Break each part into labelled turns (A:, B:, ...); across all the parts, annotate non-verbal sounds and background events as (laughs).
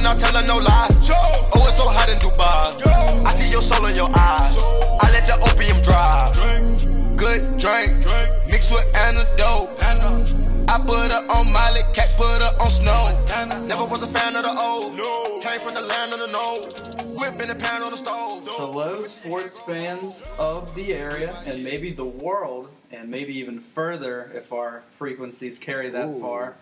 A: not telling no lie. Oh, it's so hot in Dubai. I see your soul in your eyes. I let the opium drive. Good drink, mixed with antidote. I put her on Molly, cat put her on snow. Never was a fan of the old. Came from the land of the no. Whipping a pan on the stove.
B: Hello, sports fans of the area and maybe the world, and maybe even further if our frequencies carry that
C: Ooh.
B: far.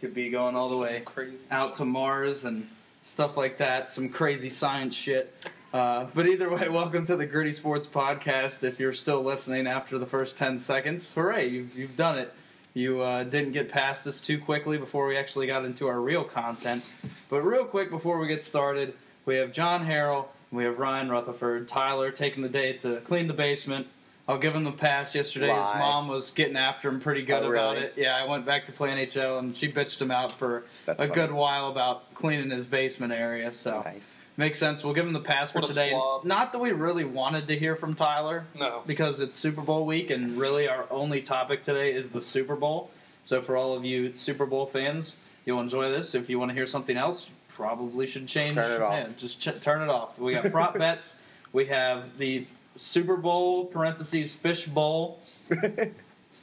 B: Could be going all the way
D: crazy.
B: out to Mars and stuff like that, some crazy science shit. Uh, but either way, welcome to the Gritty Sports Podcast. If you're still listening after the first 10 seconds, hooray, you've, you've done it. You uh, didn't get past this too quickly before we actually got into our real content. But real quick before we get started, we have John Harrell, we have Ryan Rutherford, Tyler taking the day to clean the basement. I'll give him the pass yesterday. His
C: Lie.
B: mom was getting after him pretty good
C: Oh,
B: about
C: really?
B: it. Yeah, I went back to play NHL and she bitched him out for
C: That's
B: a
C: funny.
B: good while about cleaning his basement area. So
C: Nice.
B: makes sense. We'll give him the pass for
D: What a
B: today.
D: slob.
B: Not that we really wanted to hear from Tyler.
D: No.
B: Because it's Super Bowl week and really our only topic today is the Super Bowl. So for all of you Super Bowl fans, you'll enjoy this. If you want to hear something else, you probably should change.
C: Turn it off.
B: yeah, just ch- turn it off. We got
C: (laughs)
B: prop bets. We have the Super Bowl parentheses fish bowl.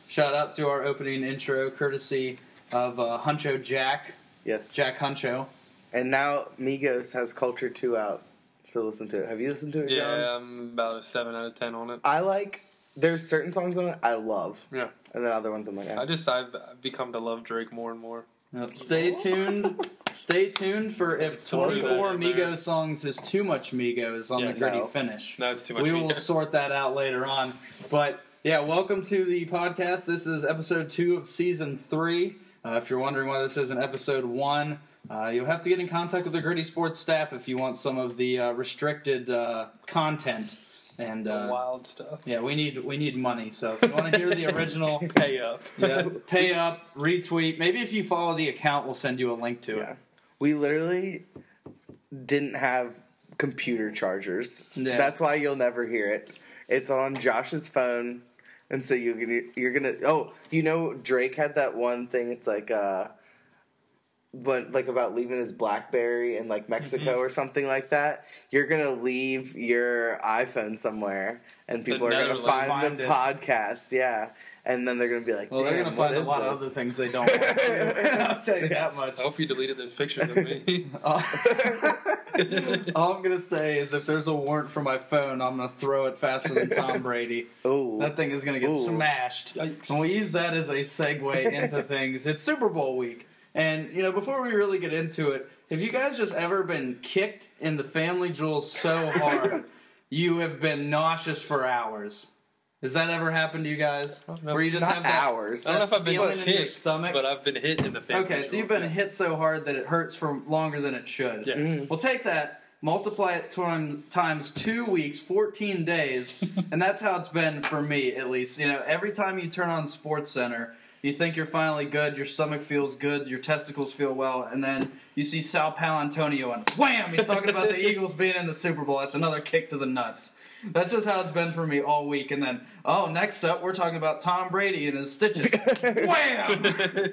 B: Shout out to our opening intro, courtesy of uh, Huncho Jack,
C: (laughs) Yes.
B: Jack Huncho.
C: And now Migos has Culture 2 out. So listen to it. Have you listened to it, John?
D: Yeah, I'm about a seven out of ten on it.
C: I like, there's certain songs on it I love.
D: Yeah,
C: And then other ones I'm like, eh.
D: I just I've become to love Drake more and more.
B: Yep. Stay tuned. Stay tuned for if
D: Don't leave
B: 24
D: that in there.
B: Migos songs is too much Migos on
D: Yes.
B: the gritty
C: No.
B: finish.
D: No, it's too much.
B: we
D: for
B: will
D: you.
B: sort that out later on. But yeah, welcome to the podcast. This is episode two of season three. Uh, if you're wondering why this isn't episode one, uh, you'll have to get in contact with the Gritty Sports staff if you want some of the uh, restricted uh, content. And
D: the
B: uh,
D: wild stuff.
B: yeah, we need we need money. So if you want to hear
D: (laughs)
B: the original,
D: Pay
C: uh,
D: up.
B: yeah, (laughs) pay up, retweet. Maybe if you follow the account, we'll send you a link to
C: Yeah. We literally didn't have computer chargers.
B: Yeah.
C: That's why you'll never hear it. It's on Josh's phone. And so you're gonna you're gonna oh, you know Drake had that one thing it's like uh but like about leaving his Blackberry in like Mexico or something like that. You're gonna leave your iPhone somewhere and people are gonna
D: Netherlands.
C: find,
B: Find
C: the
B: it.
C: podcast, yeah. And then they're gonna be like,
B: Well, they're
C: "Damn,
B: gonna
C: what
B: find a
C: is
B: lot of
C: this?" Oh.
B: other things they
C: (laughs)
B: don't. want. I'll tell you that much.
D: I hope you deleted those pictures of me.
C: (laughs)
B: Uh, all I'm gonna say is if there's a warrant for my phone, I'm gonna throw it faster than
C: (laughs)
B: Tom Brady.
C: Oh,
B: That thing is gonna get
C: Ooh.
B: smashed.
D: Yikes.
B: And we use that as a
C: (laughs)
B: segue into things. It's Super Bowl week, and you know before we really get into it, have you guys just ever been kicked in the family jewels so
C: (laughs)
B: hard you have been nauseous for hours? Has that ever happened to you guys?
D: know.
B: Where you just
C: not
B: have that
C: (laughs) hours.
D: I don't know if I've
B: Feeling in
D: been
B: your
D: hit,
B: stomach?
D: but I've been hit in the face.
B: Okay, so you've been hit so hard that it hurts for longer than it should.
D: Yes. Mhm.
B: Well, take that, multiply it time, times two weeks, 14 days, and that's how it's been for me, at least. You know, every time you turn on Sports Center, you think you're finally good, your stomach feels good, your testicles feel well, and then you see Sal Palantonio and wham, he's talking about the Eagles being in the Super Bowl. That's another kick to the nuts. (laughs) That's just how it's been for me all week. And then, oh, next up, we're talking about Tom Brady and his stitches. wham!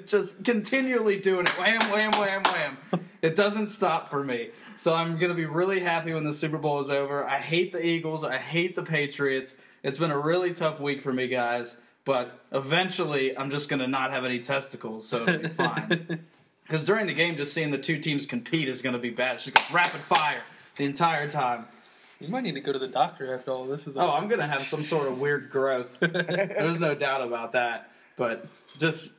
B: (laughs) just continually doing it. Wham, wham, wham, wham. It doesn't stop for me. So I'm going to be really happy when the Super Bowl is over. I hate the Eagles. I hate the Patriots. It's been a really tough week for me, guys. But eventually, I'm just going to not have any testicles, so it'll be fine. Because during the game, just seeing the two teams compete is going to be bad. It's just gonna rapid fire the entire time.
D: You might need to go to the doctor after all this is.
B: Oh,
D: over.
B: I'm gonna have some sort of
C: (laughs)
B: weird growth. There's no doubt about that. But just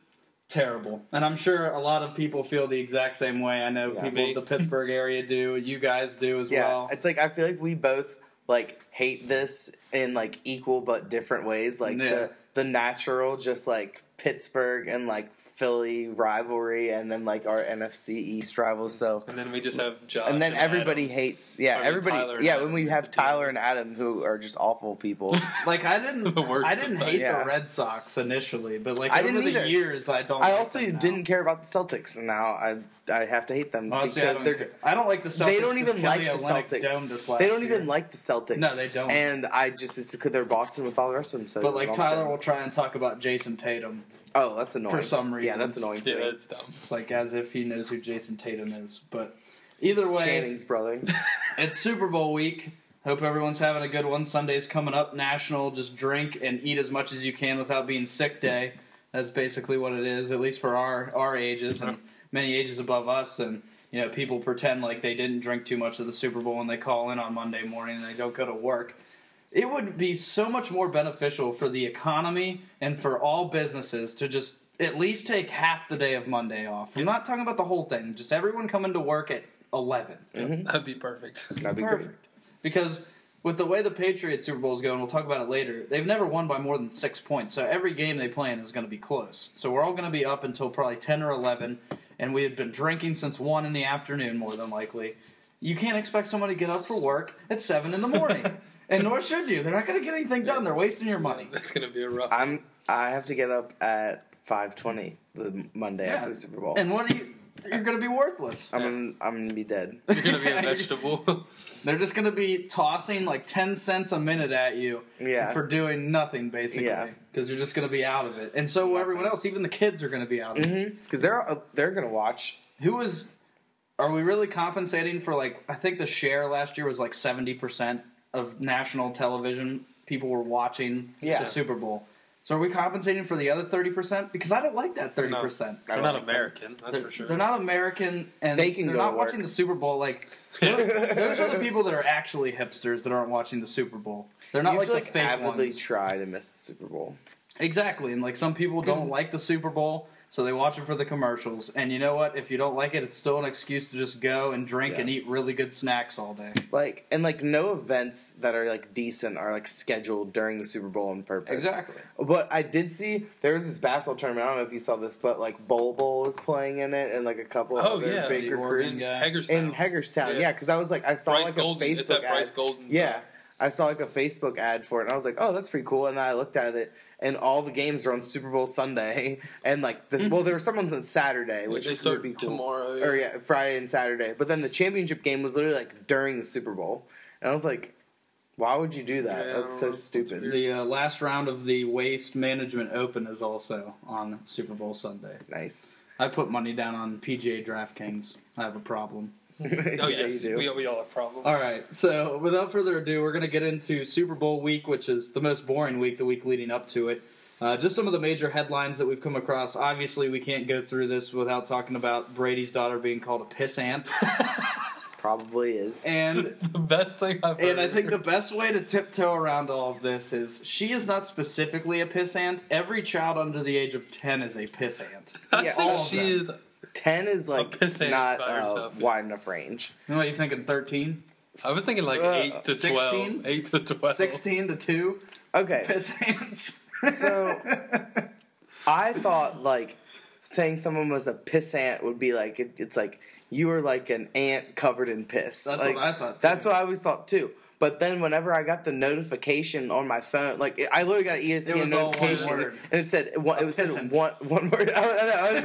B: terrible. And I'm sure a lot of people feel the exact same way. I know people
D: Me.
B: of the Pittsburgh area do. You guys do as
C: Yeah,
B: well.
C: it's like I feel like we both like hate this in like equal but different ways. Like
B: Yeah.
C: the the natural, just like Pittsburgh and like Philly rivalry, and then like our NFC East rivals. So
D: and then we just have Josh.
C: and then
D: Adam.
C: everybody hates. Yeah,
D: I mean,
C: everybody.
D: Tyler and
C: yeah,
D: Adam.
C: when we have Tyler and Adam, who are just awful people.
B: Like (laughs) I
C: (laughs)
B: didn't,
D: The worst
B: I didn't
D: of both.
B: hate
C: Yeah.
B: the Red Sox initially, but like
C: I
B: over
C: didn't
B: the
C: either.
B: years, I don't.
C: I
B: like
C: also
B: them now.
C: didn't care about the Celtics, and now I I have to hate them
B: Honestly,
C: because
B: I
C: they're
B: don't, care. I don't like the Celtics.
C: they don't
B: 'cause
C: even like
B: Kelly
C: the
B: Olynyk domed us
C: Celtics.
B: last
C: They don't
B: year.
C: even like the Celtics.
B: No, they don't.
C: And I just it's because they're Boston with all the rest of them. So
B: But like
C: I'm
B: Tyler
C: done.
B: will try and talk about Jason Tatum.
C: oh, that's annoying
B: for some
C: Yeah,
B: reason.
C: that's annoying to
D: Yeah,
C: me.
D: that's dumb.
B: It's like as if he knows who Jason Tatum is. But Either way,
C: Channing's
B: (laughs)
C: brother.
B: it's Super Bowl week. Hope everyone's having a good one. Sunday's coming up. National, just drink and eat as much as you can without being sick day. That's basically what it is, at least for our our ages and many ages above us. And you know, people pretend like they didn't drink too much of the Super Bowl when they call in on Monday morning and they don't go to work. It would be so much more beneficial for the economy and for all businesses to just at least take half the day of Monday off. I'm not talking about the whole thing. Just everyone coming to work at eleven.
D: That'd be perfect. (laughs)
C: That'd be
B: Perfect.
C: great.
B: Because with the way the Patriots Super Bowl is going, we'll talk about it later. They've never won by more than six points, so every game they play in is going to be close. So we're all going to be up until probably ten or eleven, and we had been drinking since one in the afternoon, more than likely. You can't expect someone to get up for work at seven in the morning, and nor should you. They're not going to get anything done. They're wasting your money.
D: That's gonna be a rough.
C: I'm. I have to get up at five twenty the Monday
B: Yeah.
C: after the Super Bowl.
B: And what are you? You're going to be worthless.
C: I'm gonna, I'm gonna
B: (laughs)
C: be dead.
D: You're
C: (laughs)
D: gonna be a vegetable.
B: They're just going to be tossing like ten cents a minute at you
C: Yeah.
B: for doing nothing basically
C: Yeah.
B: because you're just going to be out of it, and so will everyone else, even the kids, are going to be out of it.
C: Because they're uh, they're gonna watch.
B: Who was? Are we really compensating for like? I think the share last year was like seventy percent of national television people were watching
C: Yeah.
B: the Super Bowl. So are we compensating for the other thirty percent? Because I don't like that thirty percent.
D: They're
C: don't
D: not
C: like them.
D: American, that's
B: They're,
D: for sure.
B: they're not American, and
C: They can
B: they're
C: go
B: not
C: to
B: watching
C: work.
B: the Super Bowl. Like those are the people that are actually hipsters that aren't watching the Super Bowl. They're not
C: you
B: like
C: have
B: the
C: to, like,
B: fake
C: avidly
B: ones.
C: try to miss the Super Bowl.
B: Exactly, and like some people don't like the Super Bowl, so they watch it for the commercials. And you know what? If you don't like it, it's still an excuse to just go and drink
C: Yeah.
B: and eat really good snacks all day.
C: Like and like no events that are like decent are like scheduled during the Super Bowl on purpose.
B: Exactly.
C: But I did see there was this basketball tournament. I don't know if you saw this, but like Bowl Bowl was playing in it, and like a couple
D: oh
C: other
D: yeah,
C: big
D: the Oregon
C: recruits
B: guy.
D: Hagerstown.
C: in Hagerstown.
D: Yeah.
C: Yeah, because I was like I saw
D: Bryce
C: like
D: Golden.
C: a Facebook
D: It's that
C: ad.
D: Bryce Golden.
C: Yeah, I saw like a Facebook ad for it, and I was like, oh, that's pretty cool. And then I looked at it. And all the games are on Super Bowl Sunday, (laughs) and like the, well, there were some on Saturday, which
D: Hmm. they
C: would
D: start
C: be cool.
D: tomorrow.
C: or yeah, Friday and Saturday. But then the championship game was literally like during the Super Bowl, and I was like, "Why would you do that?
D: Yeah, I don't
C: That's so
D: know. It's
C: stupid."
D: weird.
B: The uh, last round of the Waste Management Open is also on Super Bowl Sunday.
C: Nice. (laughs)
B: I put money down on PGA DraftKings. I have a problem.
D: Oh
C: yeah,
D: yes,
C: you do.
D: we, we all have problems.
B: All right, so without further ado, we're going to get into Super Bowl week, which is the most boring week, the week leading up to it. Uh, just some of the major headlines that we've come across. Obviously, we can't go through this without talking about Brady's daughter being called a (laughs) piss ant.
C: Probably is.
B: And
D: the (laughs) best thing I've heard.
B: and I think the best way to tiptoe around all of this is she is not specifically a piss ant. Every child under the age of 10 is a piss ant.
D: (laughs) I
C: yeah,
D: think
C: all of
D: she
C: them.
D: is.
C: Ten is like
D: piss ant
C: not
D: by
C: uh,
D: herself, yeah.
C: wide enough range.
B: You know what you thinking, 13?
D: I was thinking like
C: Uh,
D: eight to
B: 16?
D: twelve. Eight to twelve.
B: 16 to 2?
C: Okay,
B: Piss ants. (laughs)
C: so I thought like saying someone was a piss ant would be like it, it's like you were like an ant covered in piss.
B: That's
C: Like,
B: what I thought,
C: That's
B: too.
C: what I always thought too. But then whenever I got the notification on my phone, like I literally got an E ESPN
B: It was all one
C: notification,
B: word.
C: and it said one, it was said
B: pissant.
C: one one word. (laughs) I, don't know, I was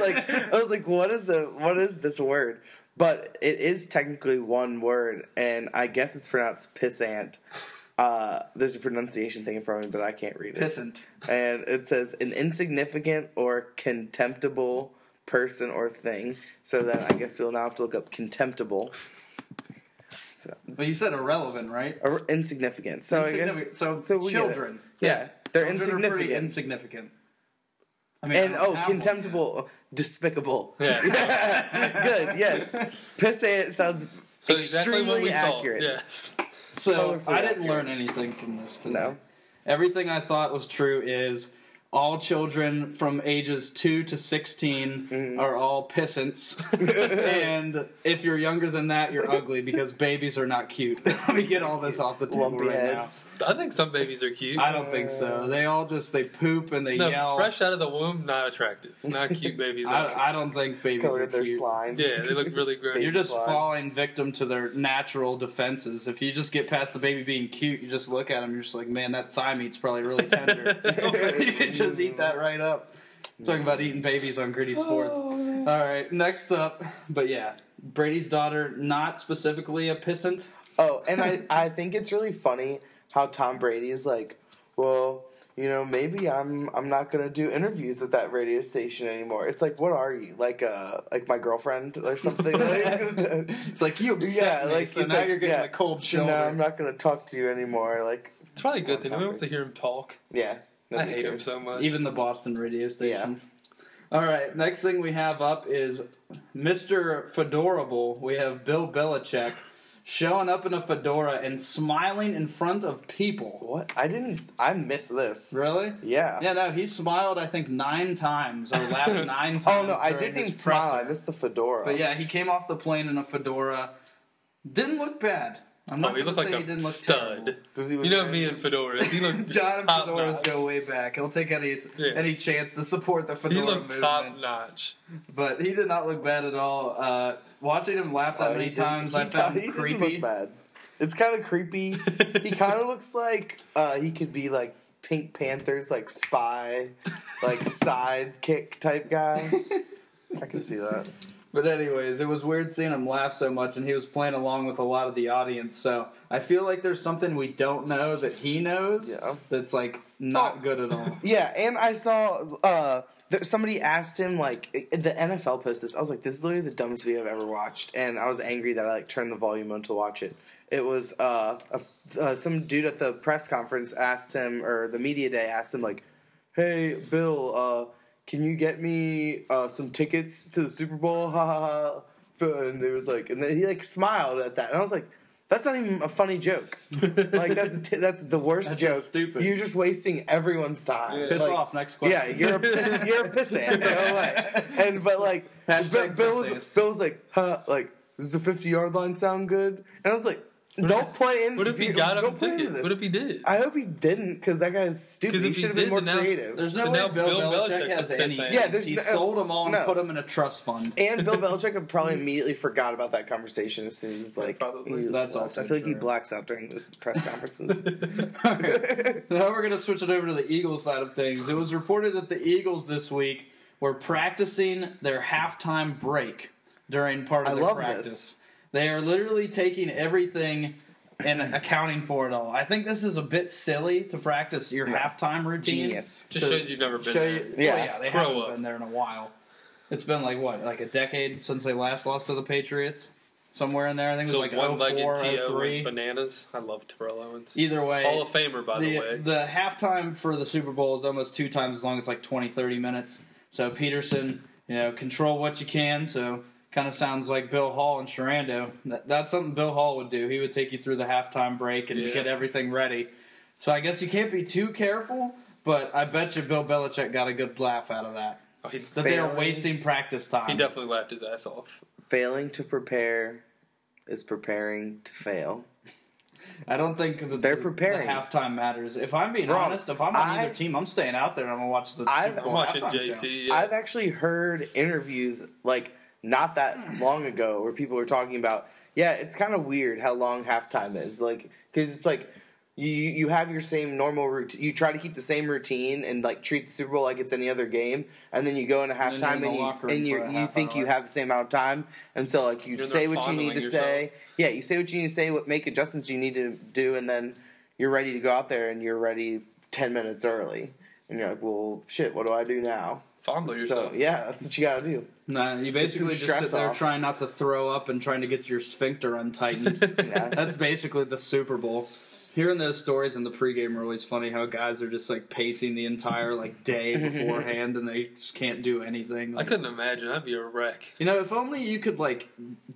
B: (laughs)
C: like, I was like, what is the what is this word? But it is technically one word, and I guess it's pronounced pissant. Uh, there's a pronunciation thing in front of me, but I can't read it
B: Pissant.
C: and it says an insignificant or contemptible person or thing. So then I guess we'll now have to look up contemptible. So
B: But you said irrelevant, right?
C: or insignificant. So I
B: Insignificant.
C: guess
B: So,
C: so we get it.
B: children.
C: Yeah, they're
B: Children are pretty
C: insignificant.
B: insignificant. I mean,
C: and
B: I don't
C: oh,
B: have one yet.
C: contemptible, despicable.
D: (laughs) Yeah.
C: Good.
D: (laughs)
C: Yes. Pissant sounds
D: So
C: extremely
D: exactly what we saw.
C: accurate.
D: Yes.
B: So
C: colorfully
B: I didn't
C: accurate.
B: learn anything from this today.
C: No.
B: Everything I thought was true is all children from ages 2 to 16
C: Mm-hmm.
B: are all pissants. (laughs) and if you're younger than that, you're ugly because babies are not cute. (laughs) we get all this off the table
C: Lumpy
B: right
C: heads.
D: I think some babies are cute.
B: now. I don't think so. They all just they poop and they
D: No,
B: yell.
D: fresh out of the womb, not attractive.
B: (laughs)
D: Not cute babies. Not
B: I, I don't think babies
C: Covered
B: are
C: in their
B: cute.
C: slime.
D: (laughs) Yeah, they look really gross.
B: You're just
C: slime.
B: falling victim to their natural defenses. If you just get past the baby being cute, you just look at them. You're just like, man, that thigh meat's probably really tender. (laughs) you just eat that right up. Talking about eating babies on gritty
C: Oh,
B: sports. All right, next up. But yeah, Brady's daughter, not specifically a
C: (laughs)
B: pissant. (laughs)
C: Oh, and I, I think it's really funny how Tom Brady's like, well, you know, maybe I'm I'm not gonna do interviews with that radio station anymore. It's like, what are you like, uh, like my girlfriend
B: (laughs)
C: or something? Like,
B: It's like you
C: yeah,
B: upset me,
C: like
B: so
C: it's
B: now
C: like,
B: you're getting
C: yeah,
B: the cold
C: so
B: shoulder.
C: No, I'm not gonna talk to you anymore. Like,
D: It's probably a good thing.
C: topic.
D: Nobody wants to hear him talk.
C: yeah,
D: I
C: nobody
D: hate him
C: cares.
D: so much.
B: Even the Boston radio stations. All right, next thing we have up is Mr. Fedorable. We have Bill Belichick showing up in a fedora and smiling in front of people.
C: What? I didn't. I missed this.
B: Really?
C: Yeah.
B: Yeah, no, he smiled, I think, nine times or
C: (laughs)
B: laughed nine times.
C: Oh no, I
B: during
C: did see him
B: his
C: smile. I
B: presser.
C: missed the fedora.
B: But yeah, he came off the plane in a fedora. Didn't look bad. I'm
D: oh,
B: not
D: he
B: gonna
D: looked like
B: say he
D: a
B: didn't look
D: stud.
B: terrible.
C: Does he?
D: You know me and fedoras.
B: (laughs)
D: He looked
B: John and
D: top
B: fedoras
D: notch.
B: go way back. He'll take any any chance to support the fedora
D: He looked
B: movement.
D: top notch.
B: But he did not look bad at all. Uh, watching him laugh that
C: Oh, he
B: many
C: didn't-
B: times,
C: he
B: I
C: (laughs) did-
B: found
C: he
B: him
C: didn't
B: creepy.
C: look bad. It's kind of creepy.
B: (laughs)
C: he kind of looks like uh, he could be like Pink Panther's like spy,
B: (laughs)
C: like sidekick type guy. I can see that.
B: But anyways, it was weird seeing him laugh so much, and he was playing along with a lot of the audience. So I feel like there's something we don't know that he knows
C: Yeah.
B: that's like not
C: Oh.
B: good at
C: (laughs)
B: all.
C: Yeah, and I saw uh, th- somebody asked him like i- the NFL posted this. I was like, this is literally the dumbest video I've ever watched, and I was angry that I like turned the volume on to watch it. It was uh, a, uh, some dude at the press conference asked him, or the media day asked him, like, "Hey, Bill, uh, can you get me uh, some tickets to the Super Bowl?" (laughs) Ha ha ha. And it was like, and then he like smiled at that, and I was like, "That's not even a
B: (laughs)
C: funny joke. like that's t- that's the worst
B: That's
C: joke.
B: just stupid.
C: You're just wasting everyone's time.
D: Yeah.
B: Piss
C: Like,
B: off. Next question.
C: Yeah, you're a piss, you're a
D: (laughs)
C: pissant. Go away. And but like, Bill,
B: Hashtag
C: Bill was
B: pissant.
C: Bill was like, huh, like does the fifty yard line sound good? And I was like, don't play in.
D: What if he
B: (laughs)
C: you-
D: got him
C: don't play into
D: tickets?
C: this.
D: What if he did?
C: I hope he didn't, because that guy's stupid.
D: 'Cause
C: He
D: if he
C: should have been
D: did,
C: more
D: then now-
B: (laughs)
C: creative.
B: There's no
D: But
B: way
D: now
B: Bill,
D: Bill
B: Belichick,
D: Belichick's
B: has
D: a
B: any.
D: piss
B: Yeah,
C: Yeah, there's
B: he
C: no-
B: sold them all and
C: no.
B: put them in a trust fund.
C: And
D: (laughs)
C: Bill Belichick probably immediately forgot about that conversation as soon as like
D: Probably.
C: he
B: That's
C: left.
B: also
C: I feel like he
B: true.
C: blacks out during the
D: (laughs)
C: press conferences.
B: (laughs) now we're going to switch it over to the Eagles side of things. It was reported that the Eagles this week were practicing their halftime break during part of
C: I
B: their
C: love
B: practice.
C: this.
B: They are literally taking everything and accounting for it all. I think this is a bit silly to practice your halftime routine.
C: (laughs) Genius.
D: Just
B: to
D: shows you've never been
B: show
D: there.
B: you- well,
C: Yeah.
B: yeah, they
D: Grow
B: haven't
D: up.
B: been there in a while. It's been like what, like a decade since they last lost to the Patriots. Somewhere in there, I think it
D: So
B: was like
C: oh
D: one-legged
B: 04,
D: T.O.
B: 03.
D: and bananas. I love Terrell Owens.
B: Either way,
D: Hall of Famer, by the, way.
B: the halftime for the Super Bowl is almost two times as long as like 20, 30 minutes. So Peterson, you know, control what you can. So kind of sounds like Bill Hall and Sharando. That, that's something Bill Hall would do. He would take you through the halftime break and
D: Yes.
B: get everything ready. So I guess you can't be too careful, but I bet you Bill Belichick got a good laugh out of that.
D: Oh, he,
B: That they are
C: Failing.
B: wasting practice time.
D: he definitely laughed his ass off.
C: Failing to prepare is preparing to fail.
B: I don't think that
C: They're
B: the-
C: preparing.
B: The halftime matters. If I'm being
C: Wrong.
B: honest, if I'm on
C: I-
B: either team, I'm staying out there and I'm gonna watch the
C: I've-
B: Super
D: I'm
B: Bowl
D: watching
B: halftime
D: JT.
B: show.
D: yeah.
C: I've actually heard interviews like not that long ago where people were talking about, yeah, it's kind of weird how long halftime is, like because it's like you you have your same normal routine, you try to keep the same routine and like treat the Super Bowl like it's any other game, and then you go into
B: then you're in
C: halftime
B: the
C: and,
B: locker room
C: you and
B: for
C: you
B: a
C: you
B: half
C: think you
B: hour.
C: have the same amount of time, and so like you
D: You're not
C: say what you need
D: fondling
C: to say,
D: yourself.
C: yeah, you say what you need to say, what make adjustments you need to do, and then you're ready to go out there and you're ready ten minutes early. And you're like, well, shit, what do I do now?
D: Fondle yourself.
C: So yeah, that's what you gotta do.
B: No, you basically
C: some
B: just
C: stress
B: sit there
C: off.
B: trying not to throw up and trying to get your sphincter
C: (laughs)
D: (laughs)
B: untightened.
C: Yeah.
B: That's basically the Super Bowl. Hearing those stories in the pregame are always funny. How guys are just like pacing the entire like
C: (laughs)
B: day beforehand and they just can't do anything.
D: I
B: Like,
D: couldn't imagine. I'd be a wreck.
B: you know, if only you could like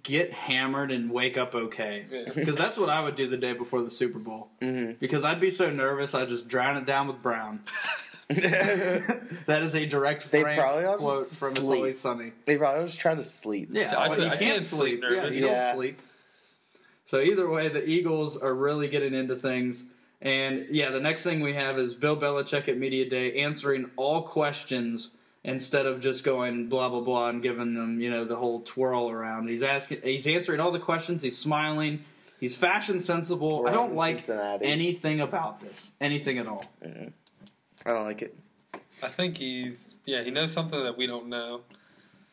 B: get hammered and wake up okay.
D: Yeah.
B: Because that's what I would do the day before the Super Bowl. Mm-hmm. Because I'd be so nervous, I'd just drown it down with brown. (laughs)
C: (laughs)
B: that is a direct
C: They
B: Frank
C: probably all just
B: quote from It's
C: sleep.
B: Always Sunny.
C: they probably just try to sleep.
B: Yeah,
D: I
B: well,
D: could-
B: you
D: I
B: can't,
D: can't
B: sleep.
D: sleep
B: Yeah,
D: nervous.
B: you
C: Yeah.
B: don't sleep. So either way, the Eagles are really getting into things. And yeah, the next thing we have is Bill Belichick at media day answering all questions instead of just going blah blah blah and giving them you know the whole twirl around. He's asking, he's answering all the questions. He's smiling. He's fashion sensible. I
C: We're on
B: don't
C: to
B: like
C: Cincinnati.
B: anything about this, anything at all.
C: I don't like it.
D: I think he's yeah. He knows something that we don't know,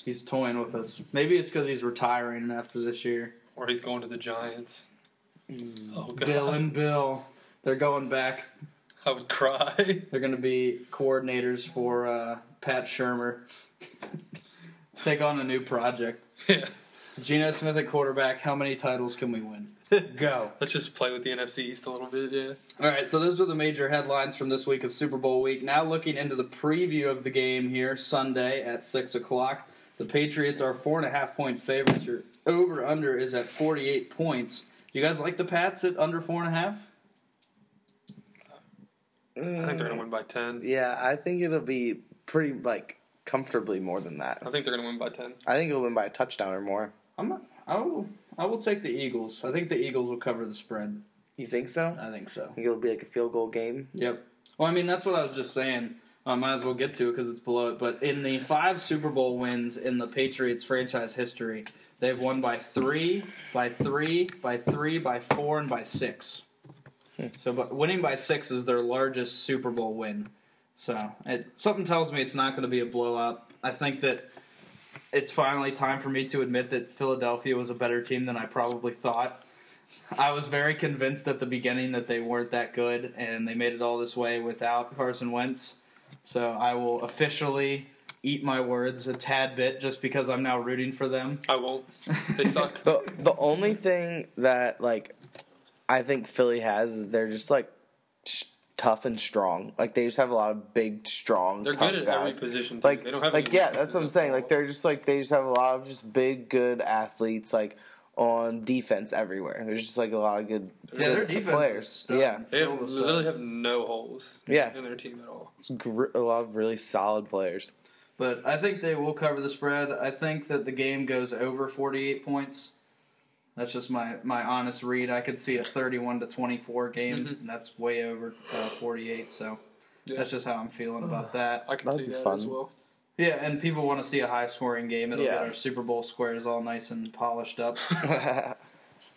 B: He's toying with us. Maybe it's because he's retiring after this year.
D: or he's
C: Mm.
D: going to the Giants. Oh God.
B: Bill and Bill. They're going back.
D: I would cry. (laughs)
B: They're going to be coordinators for uh, Pat Shermer. (laughs) Take on a new project.
D: yeah.
B: Geno Smith at quarterback. How many titles can we win? (laughs) Go.
D: Let's just play with the NFC East a little bit, yeah.
B: All right, so those are the major headlines from this week of Super Bowl week. Now looking into the preview of the game here Sunday at six o'clock. The Patriots are four and a half point favorites. Your over under is at forty eight points. You guys like the Pats at under four and a half?
D: I think they're gonna win by ten.
C: Yeah, I think it'll be pretty like comfortably more than that.
D: I think they're gonna win by ten.
C: I think it'll win by a touchdown or more.
B: I'm not, I will I will take the Eagles. I think the Eagles will cover the spread.
C: You think so?
B: I think so.
C: think it'll be like a field goal game.
B: Yep. Well, I mean, that's what I was just saying. I might as well get to it because it's below it. But in the five Super Bowl wins in the Patriots franchise history, they've won by three, by three, by three, by four, and by six. So, but winning by six is their largest Super Bowl win. So, it, something tells me it's not going to be a blowout. I think that it's finally time for me to admit that Philadelphia was a better team than I probably thought. I was very convinced at the beginning that they weren't that good, and they made it all this way without Carson Wentz. So I will officially eat my words a tad bit just because I'm now rooting for them.
D: I won't.
C: (laughs)
D: They suck.
C: The the only thing that like I think Philly has is they're just like s- tough and strong. Like they just have a lot of big, strong.
D: They're
C: tough
D: good at every
C: guys.
D: position. Too.
C: Like
D: they don't have
C: like
D: any
C: yeah, that's what I'm
D: weaknesses
C: saying.
D: at all.
C: Like they're just like they just have a lot of just big, good athletes like on defense everywhere. There's just like a lot of good,
B: Yeah, their
C: good
B: defense is
C: players.
B: stud.
C: Yeah,
D: they have,
B: filled with
D: literally
B: studs.
D: have no holes.
C: Yeah.
D: in their team at all.
C: It's gr- a lot of really solid
B: (laughs)
C: players.
B: But I think they will cover the spread. I think that the game goes over 48 points. That's just my, my honest read. I could see a 31 to 24 game, and that's way over uh, 48. So
D: Mm-hmm. Yeah.
B: that's just how I'm feeling about that.
D: I can
C: That'd
D: see
C: be
D: that
C: fun.
D: as well.
B: Yeah, and people want to see a high scoring game. It'll get
C: Yeah.
B: our Super Bowl squares all nice and polished up. (laughs)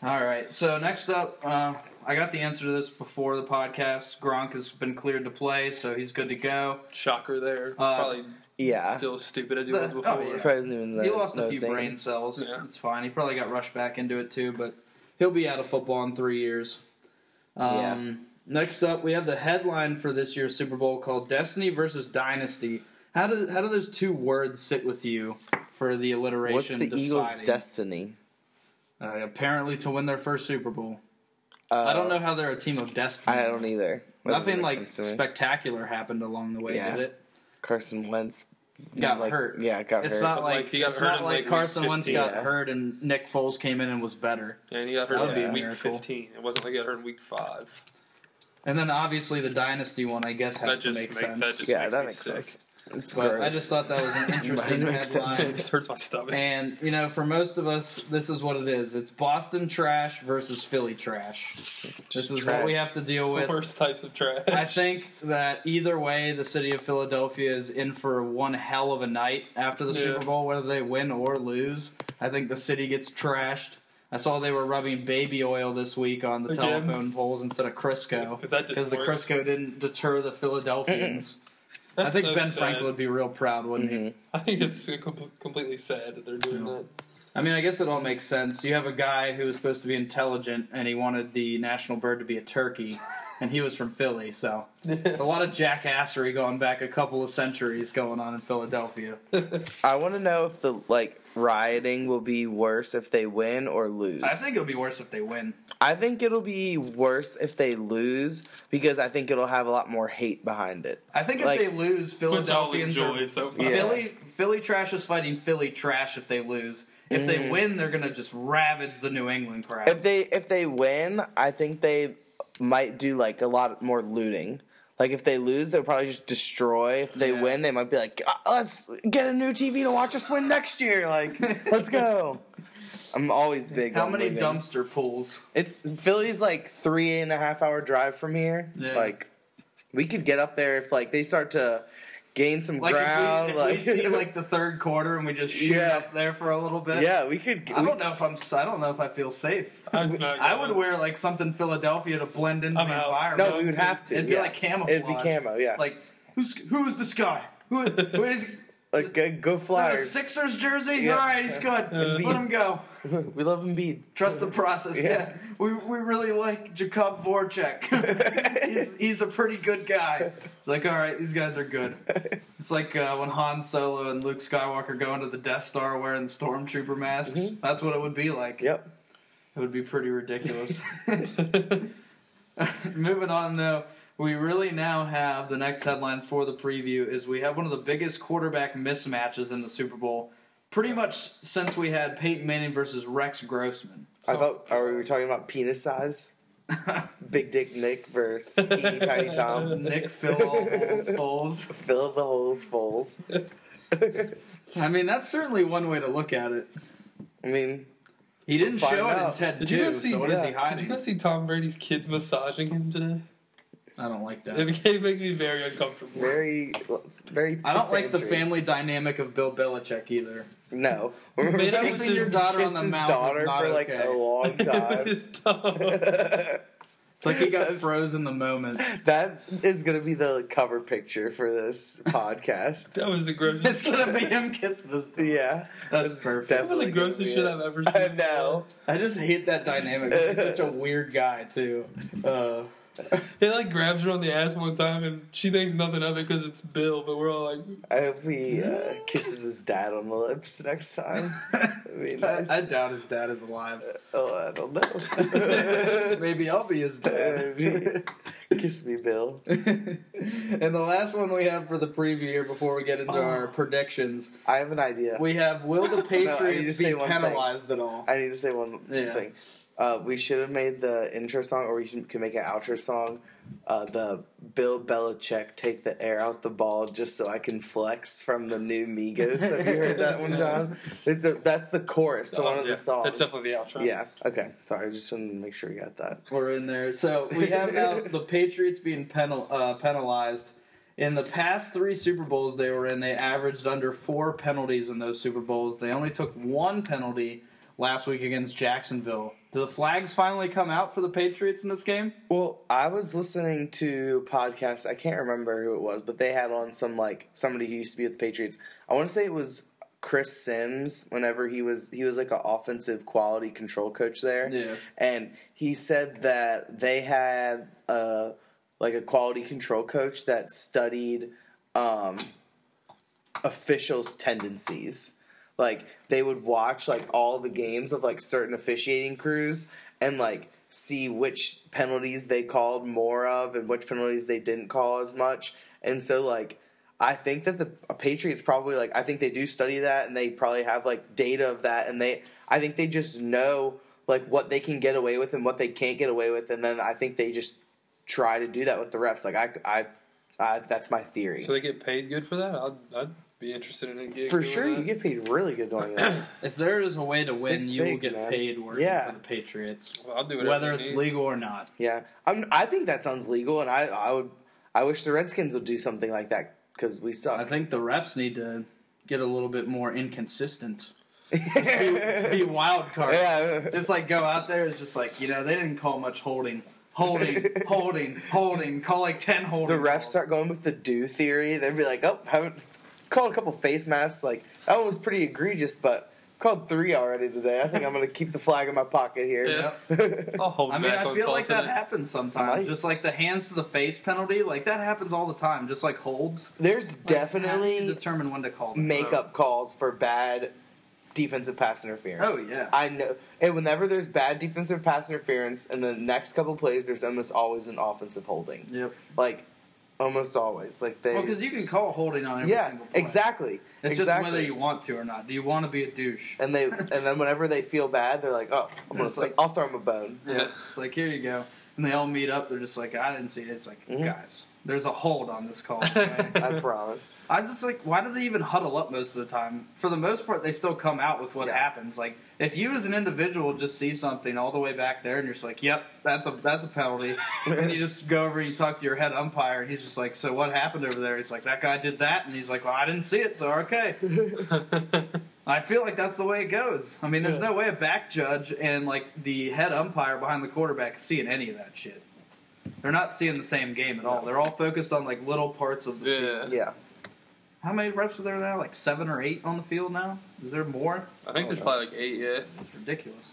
B: all right, so next up, uh, I got the answer to this before the podcast. Gronk has been cleared to play, so he's good to go.
D: Shocker there.
B: Uh,
D: Probably
C: Yeah,
D: still as stupid as he
B: the-
D: was
B: oh,
D: before.
B: yeah.
C: Probably doesn't even
B: He
C: know-
B: lost
C: know
B: a
C: his
B: few
C: name.
B: brain cells.
D: Yeah.
B: It's fine. He probably got rushed back into it too, but he'll be out of football in three years. Um, Next up, we have the headline for this year's Super Bowl called "Destiny versus Dynasty." How do how do those two words sit with you for the alliteration?
C: What's the Eagles'
B: deciding?
C: destiny?
B: Uh, apparently, to win their first Super Bowl.
C: Uh,
B: I don't know how they're a team of destiny.
C: I don't either. That doesn't
B: Nothing
C: make
B: like
C: sense to me.
B: spectacular happened along the way,
C: Yeah.
B: did it?
C: Carson Wentz
B: Got
C: like,
B: hurt.
C: Yeah, got
B: It's
C: hurt.
B: not
D: But,
B: like,
D: like, he got
B: it's
D: hurt
B: not
D: in,
B: like
D: like, week
B: Carson Wentz
D: 15.
B: got
C: Yeah.
B: hurt and Nick Foles came in and was better.
D: And he got hurt
B: That would be a
D: in week
B: miracle.
D: 15. It wasn't like he got hurt in week (laughs) 5.
B: And then obviously the dynasty one, I guess, has
D: That
B: to
D: just
B: make
D: make-
B: sense.
D: that just-
C: yeah,
D: makes
C: that
D: me
C: makes
D: sick.
C: sense. It's
B: but
C: gross.
B: I just thought that was
C: (laughs)
B: an interesting
C: Mine makes sense.
B: headline.
D: It just hurts my stomach.
B: Uh,
D: (laughs)
B: And you know, for most of us, this is what it is. It's Boston trash versus Philly trash. this is what we
C: trash.
B: have to deal with.
D: Worst types of trash.
B: I think that either way, the city of Philadelphia is in for one hell of a night after the
D: Yeah.
B: Super Bowl, whether they win or lose. I think the city gets trashed. I saw they were rubbing baby oil this week on the
D: Again?
B: telephone poles instead of Crisco
D: 'Cause that didn't
B: because the
D: work.
B: Crisco didn't deter the Philadelphians. I
D: That's
B: think
D: so
B: Ben
D: sad.
B: Franklin would be real proud, wouldn't he?
D: I think it's com- completely sad that they're doing
B: Yeah.
D: that.
B: I mean, I guess it all makes sense. You have a guy who was supposed to be intelligent, and he wanted the national bird to be a
C: (laughs)
B: turkey, and he was from Philly, so a lot of jackassery going back a couple of centuries going on in Philadelphia.
C: I want to know if the like rioting will be worse if they win or lose.
B: I think it'll be worse if they win.
C: I think it'll be worse if they lose because I think it'll have a lot more hate behind it.
B: I think if
C: Like-
B: they lose,
D: Which I'll
B: Philadelphians
D: enjoy
B: are
D: so much.
C: Yeah.
B: Philly. Philly trash is fighting Philly trash. If they lose, if they win, they're gonna just ravage the New England crowd.
C: Mm. If they if they win, I think they might do like a lot more looting. Like if they lose, they'll probably just destroy. If they
B: Yeah.
C: win, they might be like, "Ah, "Let's get a new TV to watch us win next year."
B: (laughs)
C: Like, let's go. I'm always big.
B: How
C: on
B: many
C: looting.
B: dumpster pools?
C: It's Philly's like three and a half hour drive from here.
B: Yeah.
C: Like, we could get up there if like they start to gain some
B: Like
C: ground.
B: if, we, if
C: like,
B: we
C: (laughs)
B: see like the third quarter and we just shoot
C: Yeah.
B: up there for a little bit.
C: yeah, we could.
B: I
C: we-
B: don't know if I'm. s- I don't know if I feel safe.
D: I'm not
B: I
D: (laughs) going.
B: would wear like something Philadelphia to blend into
D: I'm
B: the
D: out.
B: environment.
C: No, we would have to.
B: It'd be
C: yeah.
B: like camouflage.
C: It'd be camo. Yeah. (laughs)
B: Like who's who is this guy? Who is, who is
C: Like go, go
B: A
C: Flyers. (laughs)
B: Sixers jersey?
C: Yeah.
B: All right, he's
D: (laughs)
B: good.
D: Embiid.
B: Let him go.
C: we love Embiid. (laughs)
B: Trust the process. Yeah.
C: Yeah.
B: We, we really like Jakob Voracek. (laughs) he's, he's a pretty good guy. It's like, all right, these guys are good. It's like uh, when Han Solo and Luke Skywalker go into the Death Star wearing stormtrooper masks. That's what it would be like.
C: Mm-hmm.
B: (laughs)
C: Yep.
B: It would be pretty
C: (laughs)
B: ridiculous. Moving on, though, we really now have the next headline for the preview is we have one of the biggest quarterback mismatches in the Super Bowl, pretty much since we had Peyton Manning versus Rex Grossman. (laughs)
C: I thought are we were talking about penis size? Big Dick Nick versus Teeny
B: (laughs)
C: Tiny Tom.
B: Nick fill all holes, holes.
C: Fill the holes, foals. (laughs)
B: I mean, that's certainly one way to look at it.
C: I mean,
B: He didn't
C: Find
B: show
C: out.
B: it in TED
D: Did you
B: 2,
D: guys see-
B: so what is he
C: yeah.
D: Did you
B: hiding?
D: guys see Tom Brady's kids massaging
B: (laughs)
D: him today?
B: I don't like
D: It
B: that.
D: became making me very uncomfortable. (laughs)
C: very, it's very.
B: I don't like the
C: pissantry.
B: family dynamic of Bill Belichick either.
C: No, remember
D: Made
C: (laughs)
D: up
C: he
D: with
B: Kissing your
D: his-
B: daughter on
C: kissed
B: the
C: his
B: mouth is
C: daughter
B: not
C: for like
B: okay. (laughs)
C: a long
D: With
C: time.
D: his tongue.
C: (laughs)
B: It's like he got
D: (laughs)
B: froze in the moment.
C: that is gonna be the cover picture
B: (laughs)
C: for this podcast.
D: that was the grossest.
B: It's gonna be him kissing his dog.
C: Yeah,
B: That's perfect.
D: Some of the
C: gonna
D: grossest
C: be
D: shit
C: it.
D: I've ever seen.
C: I know.
B: I just hate that dynamic. He's such a weird guy too. Uh,
D: He like grabs her on the ass one time, and she thinks nothing of it because it's Bill. But we're all like,
C: I hope he uh, kisses his dad on the lips next time. That'd
D: (laughs)
C: be nice.
B: I doubt his dad is (laughs) alive.
C: oh, I don't know.
D: (laughs)
B: Maybe I'll be his dad.
C: Kiss me, Bill.
B: (laughs) and the last one we have for the preview here before we get into our predictions,
C: I have an idea.
B: we have will (laughs) the
C: need to
B: Patriots
C: say
B: be
C: one thing.
B: penalized at all?
C: I need to say one
B: Yeah.
C: thing. Uh, we should have made the intro song, or we should- can make an outro song. Uh, the Bill Belichick take the air out the ball just so I can flex from the new Migos. Have you heard that one, John?
D: (laughs)
C: It's a, that's the chorus to one of
D: Oh, yeah,
C: the songs.
D: That's definitely the outro.
C: yeah. Okay. Sorry, I just wanted to make sure we got that.
B: We're in there. So we have
C: (laughs)
B: now the Patriots being penal, uh, penalized. In the past three Super Bowls they were in, they averaged under four penalties in those Super Bowls. They only took one penalty last week against Jacksonville. Do the flags finally come out for the Patriots in this game?
C: Well, I was listening to podcasts. I can't remember who it was, but they had on some like somebody who used to be with the Patriots. I want to say it was Chris Sims. Whenever he was, he was like an offensive quality control coach there.
B: Yeah.
C: and he said that they had a like a quality control coach that studied um, officials' tendencies. Like they would watch like all the games of like certain officiating crews and like see which penalties they called more of and which penalties they didn't call as much. And so like I think that the Patriots probably like I think they do study that and they probably have like data of that and they I think they just know like what they can get away with and what they can't get away with and then I think they just try to do that with the refs. Like I I, I that's my theory.
D: So they get paid good for that. I'd, I'd be interested in a gig
C: For
D: doing
C: sure,
D: that.
C: you get paid really good doing that.
B: If there is a way to win,
C: Six
B: you will
C: figs,
B: get
C: man.
B: paid working
C: Yeah.
B: for the Patriots,
D: Well, I'll do whatever
B: whether
D: I
B: it's
D: need.
B: legal or not.
C: yeah, I'm, I think that sounds legal, and I, I would, I wish the Redskins would do something like that because we suck.
B: I think the refs need to get a little bit more inconsistent.
C: (laughs)
B: Just be, be wild card.
C: yeah,
B: just like go out there is just like you know they didn't call much holding
C: (laughs)
B: holding holding holding call like 10 holding
C: the refs start going with the do theory. They'd be like, oh, haven't called a couple face masks. Like that one was pretty egregious, but called three already today. I think I'm gonna keep the flag in my pocket here.
D: Yeah. I'll hold
B: i mean
D: back
B: i
D: on
B: feel like
D: tossing
B: that
D: it.
B: happens sometimes
C: Right.
B: just like the hands to the face penalty like that happens all the time just Oh, like holds
C: (laughs) There's
B: How do you
C: definitely
B: determine when to call them?
C: makeup calls for bad defensive pass interference.
B: Oh, yeah.
C: I know. And whenever there's bad defensive pass interference, in the next couple plays, there's almost always an offensive holding.
B: yep
C: Like almost always. Like they.
B: well because you can call holding on every
C: yeah,
B: single play.
C: exactly.
B: it's
C: exactly.
B: just whether you want to or not do you want to be a douche
C: and they and then whenever they feel bad, they're like, "Oh, I'm gonna,
B: It's
C: th-
B: like-
C: I'll throw him a bone."
B: yeah it's like here you go and they all meet up they're just like i didn't see it it's like
C: Mm-hmm.
B: guys there's a hold on this
C: (laughs)
B: call okay? (laughs)
C: I promise.
B: I just like, why do they even huddle up most of the time? For the most part, they still come out with what
C: Yeah.
B: happens. Like, if you as an individual just see something all the way back there, and you're just like, "Yep, that's a that's a
C: (laughs)
B: penalty," and you just go over, you talk to your head umpire, and he's just like, "So what happened over there?" He's like, "That guy did that," and he's like, "Well, I didn't see it, so
C: (laughs)
B: okay." I feel like that's the way it goes. I mean, there's
C: Yeah.
B: no way a back judge and like the head umpire behind the quarterback is seeing any of that shit.
D: (laughs)
B: They're not seeing the same game at all. They're all focused on like little parts of the
D: Yeah.
C: Yeah,
B: How many refs are there now? Like seven or eight on the field now? Is there more?
D: I think there's probably like eight. Yeah.
B: It's ridiculous.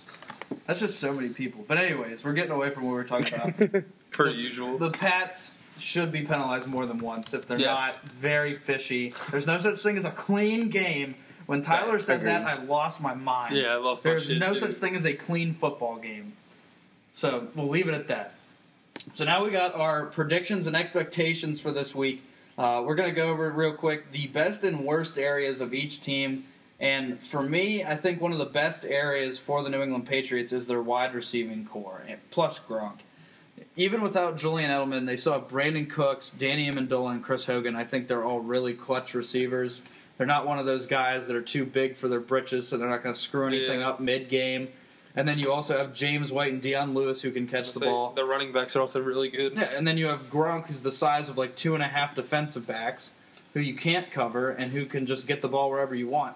B: That's just so many people. But anyways, we're getting away from what we were talking about.
D: Per usual.
B: the Pats should be penalized more than once if they're
D: Yes.
B: not very fishy. There's no such thing as a clean game. When Tyler said that, I lost my mind.
D: Yeah, I lost my
B: There's
D: shit,
B: no
D: too.
B: such thing as a clean football game. So we'll leave it at that. So now we got our predictions and expectations for this week. Uh, we're going to go over real quick the best and worst areas of each team. And for me, I think one of the best areas for the New England Patriots is their wide receiving core, and plus Gronk. Even without Julian Edelman, they still have Brandon Cooks, Danny Amendola, and Chris Hogan. I think they're all really clutch receivers. They're not one of those guys that are too big for their britches, so they're not going to screw anything
D: Yeah.
B: up mid game. And then you also have James White and Deion Lewis who can catch the
D: They-
B: ball.
D: The running backs are also really good.
B: Yeah, and then you have Gronk, who's the size of like two and a half defensive backs, who you can't cover and who can just get the ball wherever you want.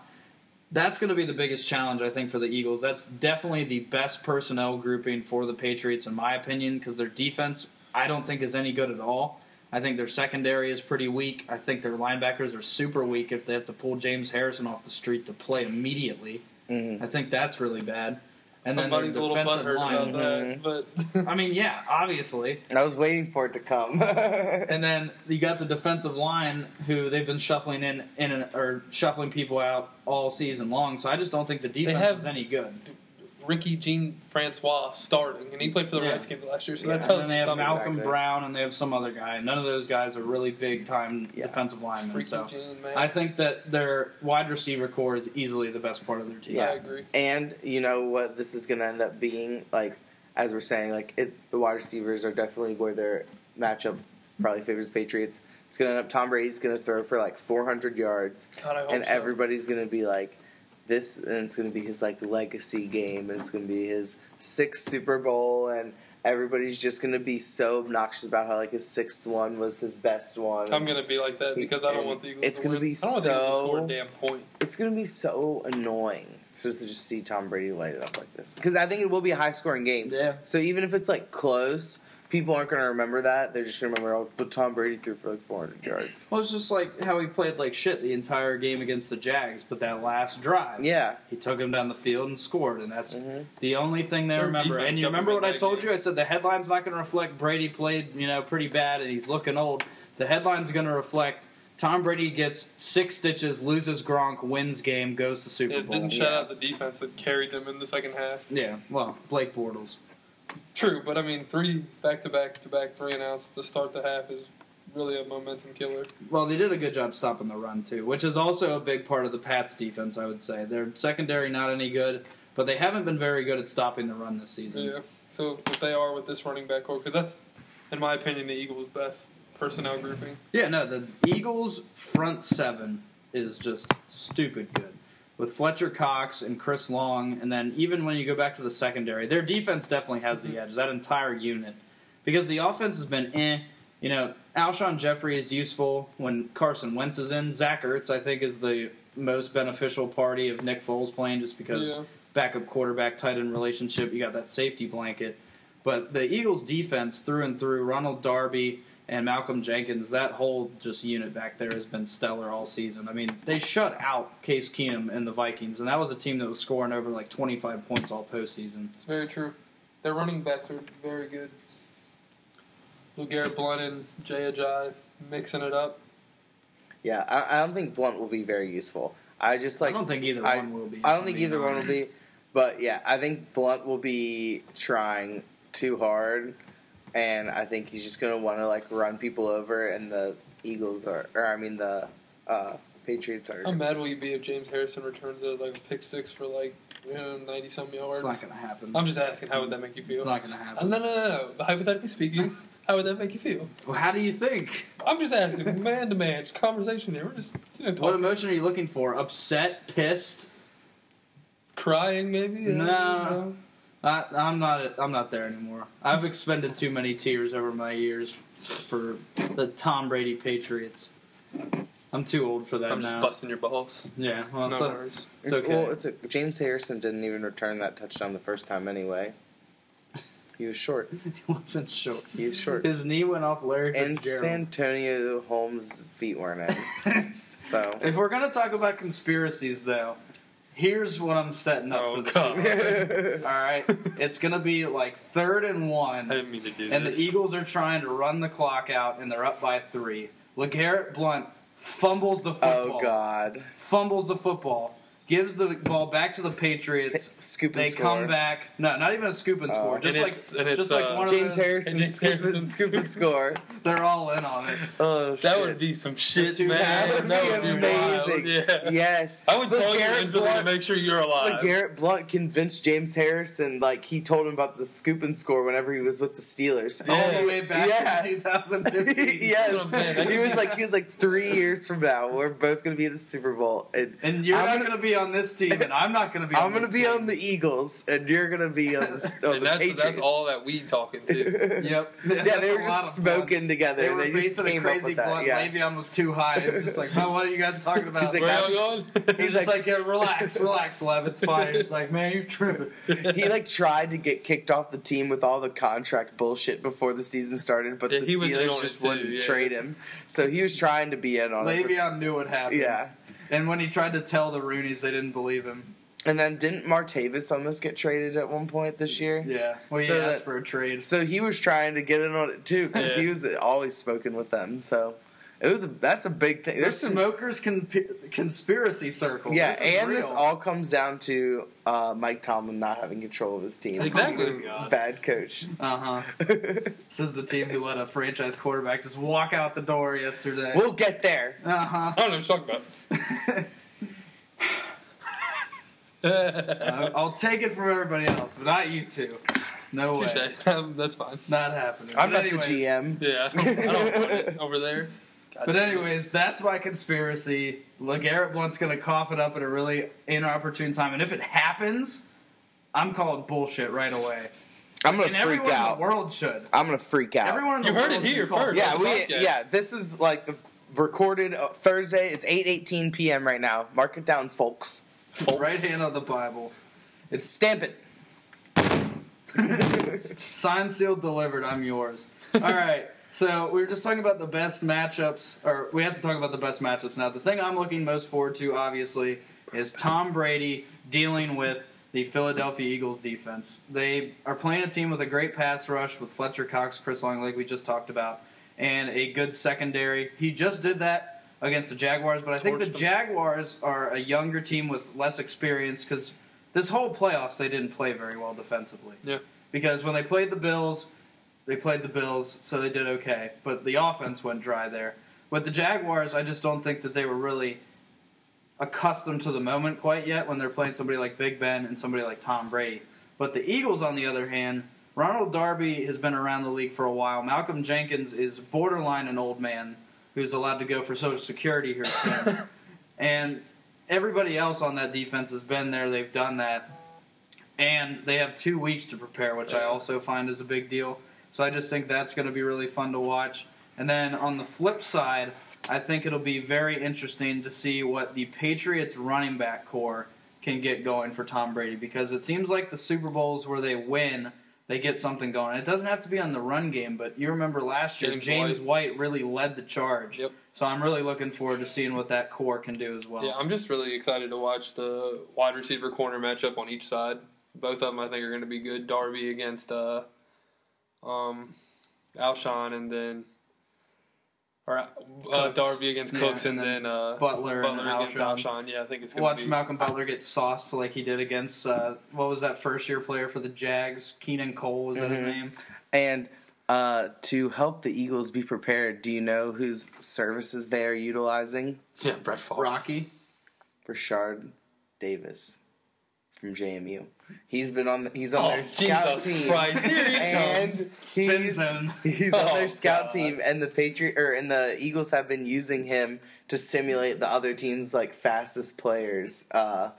B: That's going to be the biggest challenge, I think, for the Eagles. That's definitely the best personnel grouping for the Patriots, in my opinion, because their defense, I don't think, is any good at all. I think their secondary is pretty weak. I think their linebackers are super weak if they have to pull James Harrison off the street to play immediately. I think that's really bad. And
D: Somebody's a
B: then their
D: little
B: defensive
D: butthurt about
B: line. Mm-hmm.
D: that, but (laughs)
B: I mean, yeah, obviously.
C: I was waiting for it to come. (laughs)
B: And then you got the defensive line who they've been shuffling in, in and or shuffling people out all season long. So I just don't think the defense
D: have-
B: is any
C: (laughs)
B: good.
D: Ricky Jean Francois starting, and he played for the
B: Yeah.
D: Redskins last year, so
C: Yeah.
D: that
B: And
D: tells
B: then
D: you
B: they have
D: something.
B: Malcolm
C: Exactly.
B: Brown and they have some other guy. None of those guys are really big time
C: Yeah.
B: defensive linemen.
D: Freaky
B: so
D: Jean, man.
B: I think that their wide receiver core is easily the best part of their team.
C: yeah,
D: I agree.
C: and you know what? This is going to end up being like, as we're saying, like it, the wide receivers are definitely where their matchup probably favors the Patriots. It's going to end up Tom Brady's going to throw for like 400 yards,
D: God, I hope
C: and
D: so.
C: everybody's going to be like. This and it's going to be his like legacy game, and it's going to be his sixth Super Bowl, and everybody's just going to be so obnoxious about how like his sixth one was his best one.
D: I'm gonna be like that because I don't want the Eagles.
C: It's
D: to
C: gonna
D: win.
C: be
D: I don't want the Eagles to
C: so-
D: score a damn point.
C: It's gonna be so annoying to to just see Tom Brady light it up like this because I think it will be a high scoring game.
B: Yeah.
C: So even if it's like close, people aren't gonna remember that. They're just gonna remember oh, but Tom Brady threw for like 400 yards.
B: Well, it's just like how he played like shit the entire game against the Jags, but that last drive,
C: Yeah.
B: He took him down the field and scored, and that's the only thing they
D: Their
B: remember.
D: defense
B: And you
D: kept
B: remember
D: them
B: what
D: in
B: I
D: that
B: told
D: game.
B: you? I said the headline's not going to reflect Brady played, you know, pretty bad, and he's looking old. The headline's going to reflect Tom Brady gets six stitches, loses Gronk, wins game, goes to Super
D: It
B: Bowl.
D: didn't shut out the defense that carried them in the second half.
B: yeah, well, Blake Bortles.
D: True, but I mean, three back to back to back three and outs to start the half is really a momentum killer.
C: Mm-hmm.
B: Well, they did a good job stopping the run too, which is also a big part of the Pats' defense. I would say their secondary not any good, but they haven't been very good at stopping the run this season.
D: Yeah. So if they are with this running back core, because that's, in my opinion, the Eagles' best personnel grouping.
B: Yeah, no, the Eagles' front seven is just stupid good. With Fletcher Cox and Chris Long, and then even when you go back to the secondary, their defense definitely has the edge, that entire unit. Because the offense has been eh. You know, Alshon Jeffrey is useful when Carson Wentz is in. Zach Ertz, I think, is the most beneficial party of Nick Foles playing just because
D: Yeah.
B: backup quarterback tight end relationship. You got that safety blanket. But the Eagles defense through and through, Ronald Darby and Malcolm Jenkins, that whole just unit back there has been stellar all season. I mean, they shut out Case Keenum and the Vikings, and that was a team that was scoring over like 25 points all postseason.
D: It's very true. Their running backs are very good. Lou Garrett Blunt and Jay Ajay mixing it up.
C: Yeah, I, I don't think Blunt will be very useful. I just like
B: I don't think either
C: I-
B: one will be.
C: I
B: if
C: don't
B: I'm
C: think
B: being
C: either one will
B: honest.
C: be, but yeah, I think Blunt will be trying too hard, and I think he's just gonna want to like run people over, and the Eagles are, or I mean the uh, Patriots are.
D: How
B: Um,
D: mad will you be if James Harrison returns a, like a pick six for like ninety some
B: (laughs)
D: yards?
B: It's not going to happen.
D: I'm just asking, how would that make you feel?
B: It's not going to
D: Uh,
B: happen.
D: no, no, no, no.
B: (laughs)
D: Hypothetically speaking, how would that make you feel?
B: Well, how do you think?
D: I'm just asking, man to man, just conversation here. We're just you know
B: What
D: talking,
B: emotion are you looking for? Upset? Pissed?
D: crying maybe. I don't
B: No.
D: know.
B: I, I'm not. I'm not there anymore. I've expended too many tears over my years for the Tom Brady Patriots. I'm too old for that
D: I'm just
B: now.
D: busting your balls.
B: yeah, well,
D: No
B: so-
D: worries.
B: it's okay. (laughs)
C: Well, it's a, James Harrison didn't even return that touchdown the first time anyway. He was short.
B: He wasn't short.
C: He was short.
B: His knee went off Larry
C: and
B: Fitzgerald.
C: Santonio Holmes' feet weren't in. So
B: (laughs) if we're gonna talk about conspiracies, though, here's what I'm setting up
D: Oh,
B: for the
D: God.
B: Super Bowl. (laughs)
D: (laughs)
B: All right, it's gonna be like third and
D: I
B: one,
D: didn't mean to do
B: and
D: this.
B: the Eagles are trying to run the clock out, and they're up by three. LeGarrette Blunt fumbles the football.
C: Oh God.
B: Fumbles the football. Gives the ball back to the Patriots.
C: Scoop and
B: They
C: score. Uh,
B: come back. No, not even a scoop and score. Just
D: And
B: like,
D: it's- and it's,
B: just like
D: uh,
B: one of
C: James
B: those-
C: Harrison
D: And James
C: scoop, and-
D: Harrison
C: scoop
B: (laughs)
C: and score.
B: They're all in on
C: (laughs)
B: it.
C: Oh
D: That
C: shit.
D: would be some shit,
B: That
D: man.
C: that would
D: That
C: be
D: would be wild.
C: amazing.
D: Yeah.
C: Yes.
D: I would call you
C: LeGarrette
D: instantly to
C: Blount-
D: make sure you're alive.
C: LeGarrette Blunt convinced James Harrison like he told him about the scoop and score whenever he was with the Steelers.
B: All the way back
C: Yeah.
B: to 2015.
C: (laughs)
D: That's what I'm saying.
C: yes.
D: That
C: He
D: could
C: was
D: be-
C: like he was like three years from now, we're both gonna be in the Super Bowl and,
B: And you're
C: I'm
B: not
C: gonna-
B: going to be on this team, and I'm not going to be.
C: I'm
B: on
C: gonna
B: this
C: be
B: team.
C: on the Eagles and you're gonna be on
D: (laughs)
C: the, on
D: And
C: the
D: that's,
C: Patriots.
D: that's all that we talking
B: (laughs) (laughs)
D: to.
B: Yep.
C: (laughs) Yeah, they were just smoking together.
B: They were
C: They just
B: facing a
C: came up
B: crazy
C: with that.
B: blunt.
C: Yeah.
B: Le'Veon was too high. It's just like, (laughs) oh, what are you guys talking about?
C: He's
D: Where
C: like,
D: are we going? (laughs)
B: He's
C: he's
B: just like,
C: like-
B: yeah, relax, relax, Lev. It's fine. He's like, man, you're
C: (laughs)
B: tripping.
C: He like tried to get kicked off the team with all the contract bullshit before the season started, but
D: Yeah,
C: the
D: he was in on
C: Steelers
D: it
C: just
D: too,
C: wouldn't
D: yeah.
C: trade him. So he was trying to be in on it.
B: Le'Veon knew what happened.
C: Yeah.
B: And when he tried to tell the Roonies, they didn't believe him.
C: And then didn't Martavis almost get traded at one point this year?
B: Yeah. Well, he
C: So
B: asked
C: that-
B: for a trade.
C: So he was trying to get in on it too because he
D: Yeah.
C: was always smoking with them. So it was a, that's a big thing.
B: The
C: There's some
B: smokers con- conspiracy circle.
C: yeah,
B: This is
C: and this
B: real.
C: all comes down to uh, Mike Tomlin not having control of his team.
D: Exactly.
C: Bad coach. (laughs)
B: Uh huh. This is the team who let a franchise quarterback just walk out the door yesterday.
C: we'll get there.
B: Uh huh.
D: I don't know what you're talking about.
B: I'll I'll take it from everybody else, but not you two. No way.
D: Touche. Um, That's fine.
B: Not happening.
C: I'm
B: But
C: not
B: anyways-
C: the GM.
D: Yeah, I don't, I don't want it over there. God
B: But
D: damn it.
B: anyways, that's my conspiracy. LeGarrette Blunt's gonna cough it up at a really inopportune time, and if it happens, I'm calling bullshit right away.
C: I'm gonna
B: And
C: freak
B: everyone in
C: out.
B: the world should.
C: I'm gonna freak out.
B: Everyone in the
D: You heard
B: world
D: it here
B: should call
D: first.
C: yeah, we
D: Podcast.
C: yeah. This is like the recorded uh, Thursday. It's 8:18 p.m. right now. Mark it down, folks.
B: bullshit. Right hand on the Bible.
C: It's stamp it.
B: Signed, sealed, delivered. I'm yours. All
D: (laughs)
B: right. So we were just talking about the best matchups, or we have to talk about the best matchups now. The thing I'm looking most forward to, obviously, is Tom Brady dealing with the Philadelphia Eagles defense. They are playing a team with a great pass rush with Fletcher Cox, Chris Long, like we just talked about, and a good secondary. He just did that against the Jaguars, but I think the
D: Torched them.
B: Jaguars are a younger team with less experience because this whole playoffs they didn't play very well defensively
D: yeah.
B: because when they played the Bills, they played the Bills, so they did okay. But the offense went dry there. With the Jaguars, I just don't think that they were really accustomed to the moment quite yet when they're playing somebody like Big Ben and somebody like Tom Brady. But the Eagles, on the other hand, Ronald Darby has been around the league for a while. Malcolm Jenkins is borderline an old man who's allowed to go for Social Security here soon. and everybody else on that defense has been there. They've done that and they have two weeks to prepare, which I also find is a big deal. So I just think that's going to be really fun to watch. And then on the flip side, I think it'll be very interesting to see what the Patriots running back core can get going for Tom Brady because it seems like the Super Bowls where they win, they get something going. It doesn't have to be on the run game, but you remember last year,
D: James
B: James White, really led the charge.
D: Yep.
B: So I'm really looking forward to seeing what that core can do as well.
D: Yeah, I'm just really excited to watch the wide receiver corner matchup on each side. Both of them, I think, are going to be good. Darby against uh, um, Alshon, and then or uh,
B: Cooks.
D: Darby against
B: Yeah,
D: Cooks,
B: and
D: and,
B: then
D: then, uh,
B: Butler and
D: against
B: Alshon.
D: Alshon. Yeah, I think it's going
B: Watch
D: to be.
B: Malcolm Butler get sauced like he did against uh, what was that first year player for the Jags? Keenan Cole was that his
C: Mm-hmm.
B: name?
C: And uh, to help the Eagles be prepared, do you know whose services they are utilizing?
D: yeah, Brett Favre.
B: Rocky.
C: Rashard Davis from JMU. He's been on. He's on
D: Oh,
C: their scout
D: Jesus
C: team.
D: Christ! Here he
B: (laughs)
C: And
D: comes.
C: he's,
B: zone.
C: he's on
D: Oh,
C: their scout
D: God.
C: team, and the Patriot or and the Eagles have been using him to simulate the other team's like fastest players uh,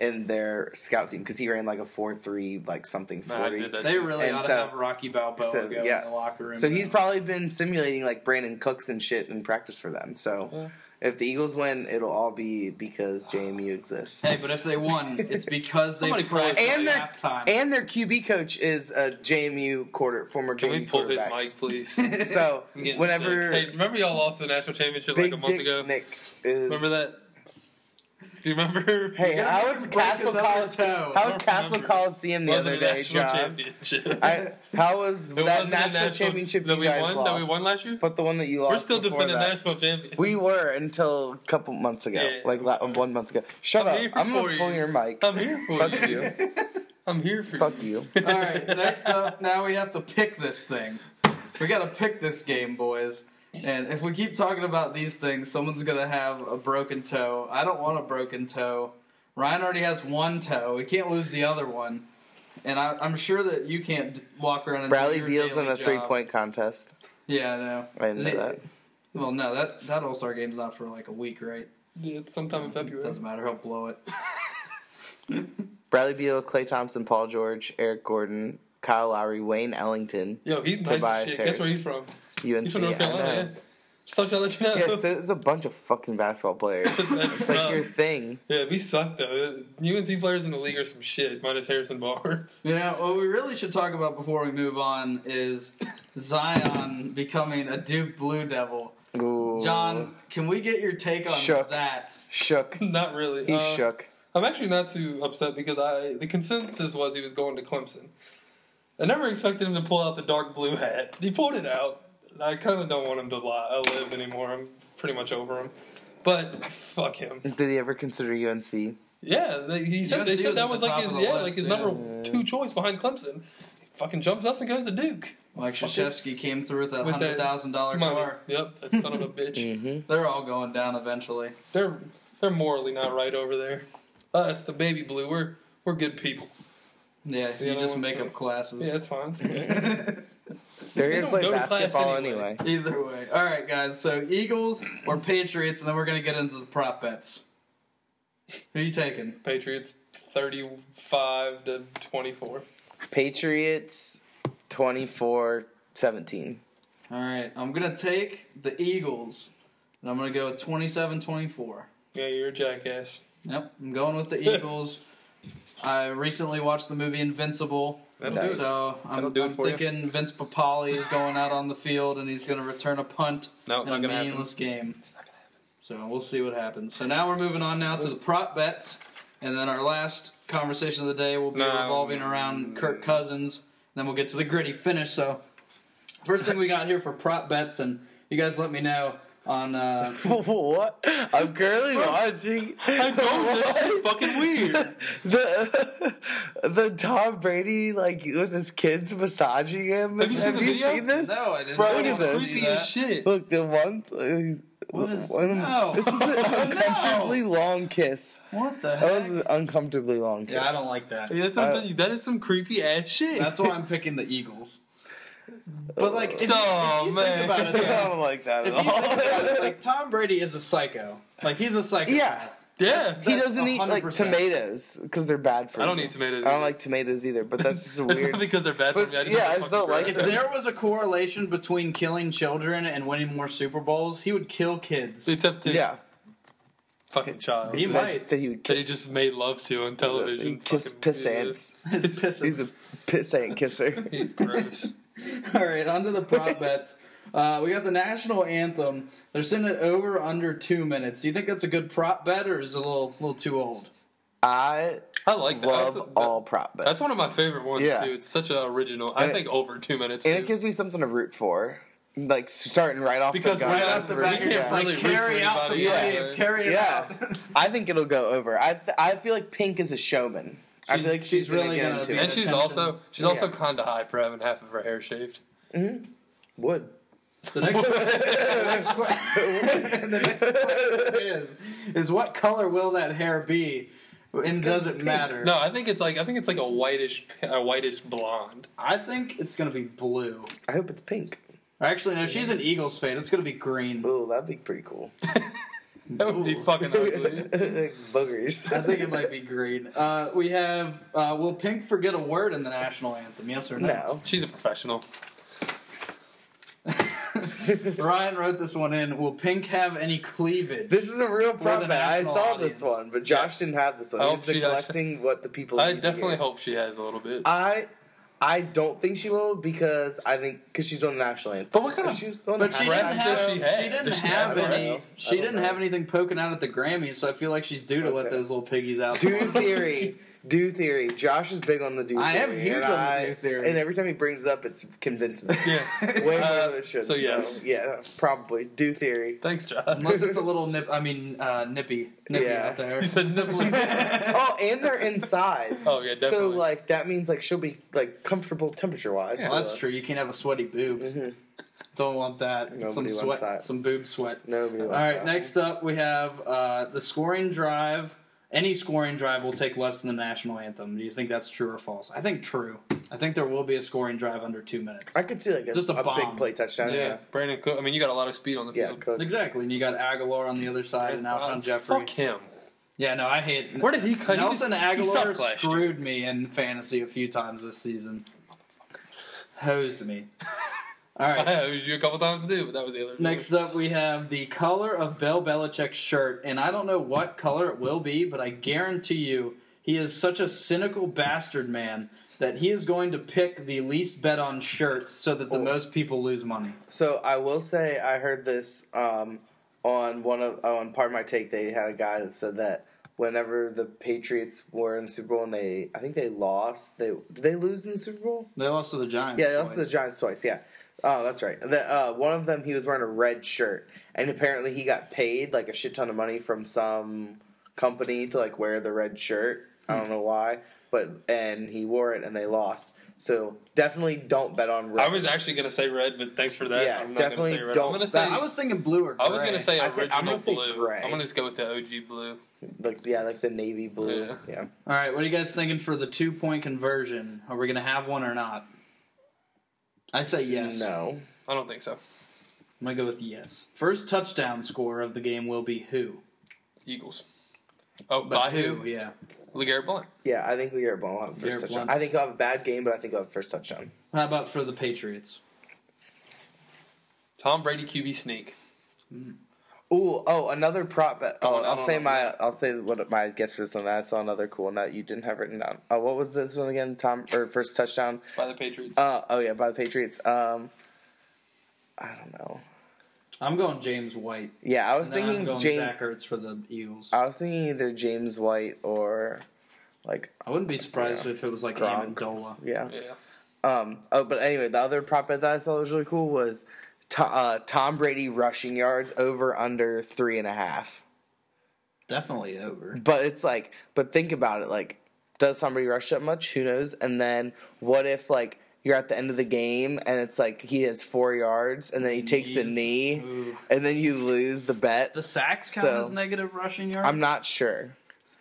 C: in their scout team because he ran like a four three like something
D: Man, I
C: forty.
D: did that
B: They
D: too.
B: really
C: And
B: ought to
C: so-
B: have Rocky Balboa
C: so,
B: go
C: yeah.
B: in the locker room.
C: So he's probably been simulating like Brandon Cooks and shit in practice for them. So If the Eagles win, it'll all be because JMU exists.
B: Hey, but if they won, it's because they
D: Somebody
B: played
D: call it.
B: at
C: And their
B: halftime.
C: and their QB coach is a JMU quarter former
D: Can
C: JMU
D: we pull his
C: quarterback.
D: mic, please?
B: (laughs)
C: So
D: I'm getting
C: whenever
D: sick. hey, remember y'all lost the national championship
C: Big
D: like a month
C: Dick
D: ago.
C: Nick is
D: Remember that? Do you remember?
C: Hey,
D: (laughs)
B: You're gonna
C: how
B: make
C: was
B: him break
C: Castle
B: his other
C: Coliseum?
B: toe.
C: How was
D: Don't
C: Castle
D: remember.
C: Coliseum the
D: Wasn't
C: other
D: a
C: day,
D: national
C: John?
D: championship. (laughs)
C: I, how was
D: It
C: that
D: wasn't a
C: national, championship
D: that
C: you
D: we
C: guys
D: won?
C: lost?
D: That we won last year.
C: but the one that you lost.
D: We're still
C: before
D: defending
C: that.
D: national champions.
C: We were until a couple months ago,
D: Yeah,
C: like
D: I'm
C: la-
D: sorry.
C: one month ago. Shut
D: I'm
C: up!
D: here
C: I'm
D: for
C: gonna pull
D: you.
C: your mic.
D: (laughs) I'm here for
C: Fuck
D: you.
C: you.
D: (laughs)
B: (laughs)
D: I'm here for
C: Fuck you.
D: (laughs)
B: All
C: (laughs)
B: right, next up, now we have to pick this thing. We got to pick this game, boys. And if we keep talking about these things, someone's going to have a broken toe. I don't want a broken toe. Ryan already has one toe. He can't lose the other one. And I, I'm sure that you can't d- walk around and do
C: Bradley
B: your
C: Beal's in
B: daily
C: a
B: job.
C: three-point contest.
B: Yeah, I know.
C: I didn't
B: Is
C: know
B: it-
C: that.
B: Well, no, that, that All Star game's not for like a week, right?
D: Yeah, it's sometime in February.
B: It doesn't matter. He'll blow it.
C: Bradley Beal, Clay Thompson, Paul George, Eric Gordon, Kyle Lowry, Wayne Ellington,
D: Yo, he's nice as
C: Tobias
D: shit.
C: Harris.
D: Guess where he's from?
C: UNC.
D: He's from North
C: I know.
D: Carolina. Yeah. Just thought y'all let you know.
C: Yes,
D: (laughs)
C: there's a bunch of fucking basketball players.
D: That's
C: It's like
D: uh,
C: your thing.
D: yeah, we suck though. Uh, UNC players in the league are some shit, minus Harrison Barnes.
B: You know, what we really should talk about before we move on is Zion becoming a Duke Blue Devil.
C: Ooh.
B: John, can we get your take on
C: Shook.
B: that?
C: shook.
D: (laughs) Not really.
C: He
D: Uh,
C: shook.
D: I'm actually not too upset because I the consensus was he was going to Clemson. I never expected him to pull out the dark blue hat. He pulled it out. I kind of don't want him to lie, uh, live anymore. I'm pretty much over him. But fuck him.
C: Did he ever consider UNC?
D: Yeah, they, he said they
B: UNC
D: said
B: was
D: that
B: at
D: was
B: the
D: like
B: top
D: his
B: of the
D: yeah
B: list,
D: like his
B: yeah.
D: number two choice behind Clemson. He fucking jumps us and goes to Duke.
B: Mike Krzyzewski came through with that
D: With
B: hundred
D: that
B: thousand dollar
D: Money.
B: car.
D: Yep, that
B: (laughs)
D: son of a bitch.
C: Mm-hmm.
B: They're all going down eventually.
D: They're they're morally not right over there. Us, the baby blue, we're we're good people.
B: Yeah,
D: The
B: you
D: other
B: just
D: one's
B: make
D: good.
B: up classes.
D: Yeah, it's fine. It's okay.
C: They're
D: They
C: here to
D: don't
C: play
D: go to class
C: basketball
D: anyway.
C: anyway.
B: (laughs) Either way. All right, guys. So Eagles or Patriots, and then we're gonna get into the prop bets. Who are you taking?
D: Patriots 35 to 24.
C: Patriots 24 17.
B: All right, I'm gonna take the Eagles, and I'm gonna go 27-24.
D: Yeah, you're a jackass.
B: Yep, I'm going with
D: (laughs)
B: the Eagles. I recently watched the movie Invincible.
D: That'll
C: Nice.
D: do it.
B: So
D: That'll
B: I'm,
D: do it
B: I'm
D: for you.
B: thinking Vince Papali is going out on the field and he's going to return a punt
D: No,
B: in
D: not
B: a
D: gonna happen.
B: meaningless game. So we'll see what happens. So now we're moving on now to the prop bets, and then our last conversation of the day will be
D: No.
B: revolving around Kirk Cousins. Then we'll get to the gritty finish. So first thing we got here for prop bets, and you guys let me know on uh, (laughs)
C: what? I'm currently watching.
D: I know,
C: (laughs)
D: this is fucking weird.
C: the (laughs) the Tom Brady like with his kids massaging him.
D: Have you seen the video?
C: (laughs) this?
B: No, I didn't.
C: Bro,
B: I
C: it
D: That
C: is
D: is
B: wanna see
D: creepy
B: that.
D: as shit.
C: Look, the one. Uh,
B: What is-
C: one-
B: no.
C: This is an uncomfortably long kiss.
B: What the
C: That was
B: heck?
C: an uncomfortably long kiss.
B: Yeah,
C: (laughs)
B: I don't like that.
D: Yeah, that's
C: Uh,
D: what I'm telling you. That is some creepy ass shit.
B: That's why I'm picking the Eagles. But like, if, you-
D: Oh,
B: if you
D: man.
B: think about it,
C: I
B: though,
C: don't like that
B: if
C: at
B: you think about it,
C: all.
B: like Tom Brady is a psycho. Like he's a psycho.
C: yeah.
D: yeah.
C: (laughs) He
B: That's
C: doesn't eat like
B: 100%.
C: tomatoes because they're bad for
D: I
C: you.
D: don't eat tomatoes
C: I don't
D: either.
C: like tomatoes either, but that's
D: (laughs)
C: just a
D: It's
C: weird.
D: not because they're bad for
C: But-
D: me. I just
C: yeah,
D: don't
C: I just don't
D: fucking
B: If
C: like
D: grab it.
B: there was a correlation between killing children and winning more Super Bowls, he would kill kids.
D: Except to
C: yeah,
D: fucking child.
B: He
D: He
B: might.
C: that, that he would
D: They
C: kiss.
D: just made love to on television.
C: he kiss
D: Fucking-
C: piss
D: yeah.
C: ants.
B: His pisses. (laughs)
C: He's a piss ant kisser. (laughs)
D: He's gross.
B: All right, on to the prop bets. Uh, we got the national anthem. They're sitting at over under two minutes. Do you think that's a good prop bet, or is it a little little too old?
C: I
D: I like that.
C: love
D: that's,
C: all prop bets.
D: that's one of my favorite ones
C: Yeah.
D: too. It's such an original. I
C: And it-
D: think over two minutes.
C: and it
D: too.
C: gives me something to root for, like starting right off
D: Because
C: the
D: right
C: gun.
D: off the bat,
C: Yeah.
D: you're just like,
B: Like
D: root for
B: carry out the
D: anybody, yeah.
B: wave, carry it
C: Yeah.
B: out.
C: I think it'll go over. I th- I feel like Pink is a showman. I
D: She's-
C: feel like she's,
B: she's
C: really
B: really
C: gonna
B: gonna
C: get
B: be-
C: into
D: And
C: it.
D: she's
B: attention.
D: also she's also
C: Yeah.
D: kind of high for having half of her hair shaved.
C: Wood.
B: The next, the
C: (laughs)
B: next que- (laughs) the next question is, is what color will that hair be, and does it matter?
D: No, I think it's like I think it's like a whitish a whitish blonde. (laughs)
B: I think it's gonna be blue.
C: I hope it's pink.
B: Actually, no, she's an Eagles fan. It's gonna be green.
C: Oh, that'd be pretty cool.
D: (laughs) That would be
B: Ooh.
C: (laughs)
D: fucking ugly.
C: Boogers.
B: I think it
C: (laughs)
B: might be green. Uh, we have. Uh, will Pink forget a word in the national anthem? Yes or no?
C: no.
D: She's a professional.
B: (laughs) Ryan wrote this one in. Will Pink have any cleavage?
C: This is a real problem. I
B: national
C: saw
B: audience.
C: this one, but Josh didn't have this one.
D: I
C: He's
D: hope she
C: neglecting what the people.
D: I
C: need to
D: definitely
C: hear.
D: hope she has a little bit.
C: I I don't think she will because I think because she's on the national anthem.
D: But what kind
C: If
D: of-
C: she was on
B: But
C: the
B: she
C: national
B: didn't
D: breasts does
B: have.
D: she
B: She,
D: have?
B: didn't
D: Does she
B: have
D: have
B: any.
C: breasts? I
B: She
C: don't
B: didn't
C: know.
B: have anything poking out at the Grammys, so I feel like she's due to let
C: Okay.
B: those little piggies out.
C: Do
B: (laughs)
C: theory, do theory. Josh is big on the do.
B: I am
C: theory,
B: huge
C: and
B: on the
C: I-
B: do theory.
C: and every time he brings it up, it convinces me
B: (laughs)
D: yeah.
C: way more
D: Uh,
C: than it should.
D: so yes.
C: yeah, probably
B: (laughs)
C: do theory. (laughs)
D: Thanks, Josh.
B: Unless it's a little nip. I mean, uh, nippy. Nippy
C: Yeah.
B: out there.
D: (laughs) You
B: (laughs)
D: said
C: (laughs)
D: nipples. (laughs)
C: Oh, and they're inside.
D: Oh, yeah,
C: So
D: definitely.
C: like that means like she'll be like comfortable temperature wise.
B: Well, that's true. You can't have a sweaty boob. Don't want that.
C: Mm-hmm. Nobody
B: some
C: wants
B: sweat.
C: that.
B: Some boob sweat.
C: Nobody.
B: All right. Next up, we have uh, the scoring drive. Any scoring drive will take less than the national anthem. Do you think that's true or false? I think true. I think there will be a scoring drive under two minutes.
C: I could see like a,
B: Just a
C: a
B: bomb.
C: big play touchdown.
D: yeah,
C: Yeah,
D: Brandon Cook. I mean, you got a lot of speed on the
C: yeah.
D: field.
C: Cooks.
B: Exactly. And you got Aguilar on the other side and Alshon
D: Uh,
B: Jeffrey.
D: Fuck him.
B: Yeah, no, I hate.
D: Where did he cut? He
B: Nelson
D: just- he
B: Aguilar
D: sucked last year.
B: screwed me in fantasy a few times this season. Hosed me. All right.
D: (laughs) (laughs) I was you a couple times too, but that was the other.
B: Next up, we have the color of Bill Belichick's shirt, and I don't know what color it will be, but I guarantee you he is such a cynical bastard man that he is going to pick the least bet on shirt so that the
D: Oh.
B: most people lose money.
C: So I will say I heard this um, on one of uh, on part of my take. They had a guy that said that whenever the Patriots were in the Super Bowl and they I think they lost. They did they lose in the Super Bowl?
B: They lost to the Giants.
C: Yeah, they lost to
B: twice.
C: the Giants twice. Yeah. Oh, that's right. The, uh, one of them, he was wearing a red shirt, and apparently he got paid like a shit ton of money from some company to like wear the red shirt. I
D: Hmm.
C: don't know why, but and he wore it, and they lost. So definitely don't bet on red.
D: I was actually gonna say red, but thanks for that.
C: Yeah,
D: I'm not
C: definitely
D: gonna say red.
C: don't-
D: I'm gonna
B: But
D: say.
B: I was thinking blue or gray.
D: I was gonna say
C: I
D: original
C: think- I'm gonna say
D: blue.
C: gray.
D: I'm gonna just go with the OG blue.
C: like yeah, like the navy blue.
D: Yeah.
C: yeah.
B: All right, what are you guys thinking for the two point conversion? Are we gonna have one or not? I say yes.
C: No.
D: I don't think so.
B: I'm gonna go with yes. First touchdown score of the game will be who?
D: Eagles. Oh,
B: But
D: by who?
B: Yeah.
D: Legarrette Blunt.
C: Yeah, I think Lear Ball will have the first
B: LeGarrette
C: touchdown.
B: Blount.
C: I think he'll have a bad game, but I think he'll have the first touchdown.
B: How about for the Patriots?
D: Tom Brady QB sneak.
C: Ooh, oh, another prop bet.
D: Oh,
C: Oh,
D: I
C: I'll
D: don't
C: say
D: know.
C: my, I'll say what my guess for this one. I saw another cool one that you didn't have written down. Oh, what was this one again? Tom or first touchdown?
D: by the Patriots.
C: Uh, oh yeah, by the Patriots. Um, I don't know.
B: I'm going James White.
C: Yeah, I was
B: And then I'm
C: thinking
B: going
C: James.
B: Zach Ertz for the Eagles.
C: I was thinking either James White or like
B: I wouldn't be surprised
C: Yeah.
B: if it was like
C: Gronk.
B: Amendola.
C: yeah.
D: yeah.
C: Um. Oh, but anyway, the other prop bet that I saw that was really cool was to, uh, Tom Brady rushing yards over under three and a half.
B: Definitely over.
C: But it's like, but think about it. Like, does somebody rush that much? Who knows? And then what if like you're at the end of the game and it's like he has four yards and then he takes a
B: Knees.
C: knee
B: Ooh.
C: and then you lose the bet.
B: The sacks count
C: So-
B: as negative rushing
C: I'm
B: yards
C: not sure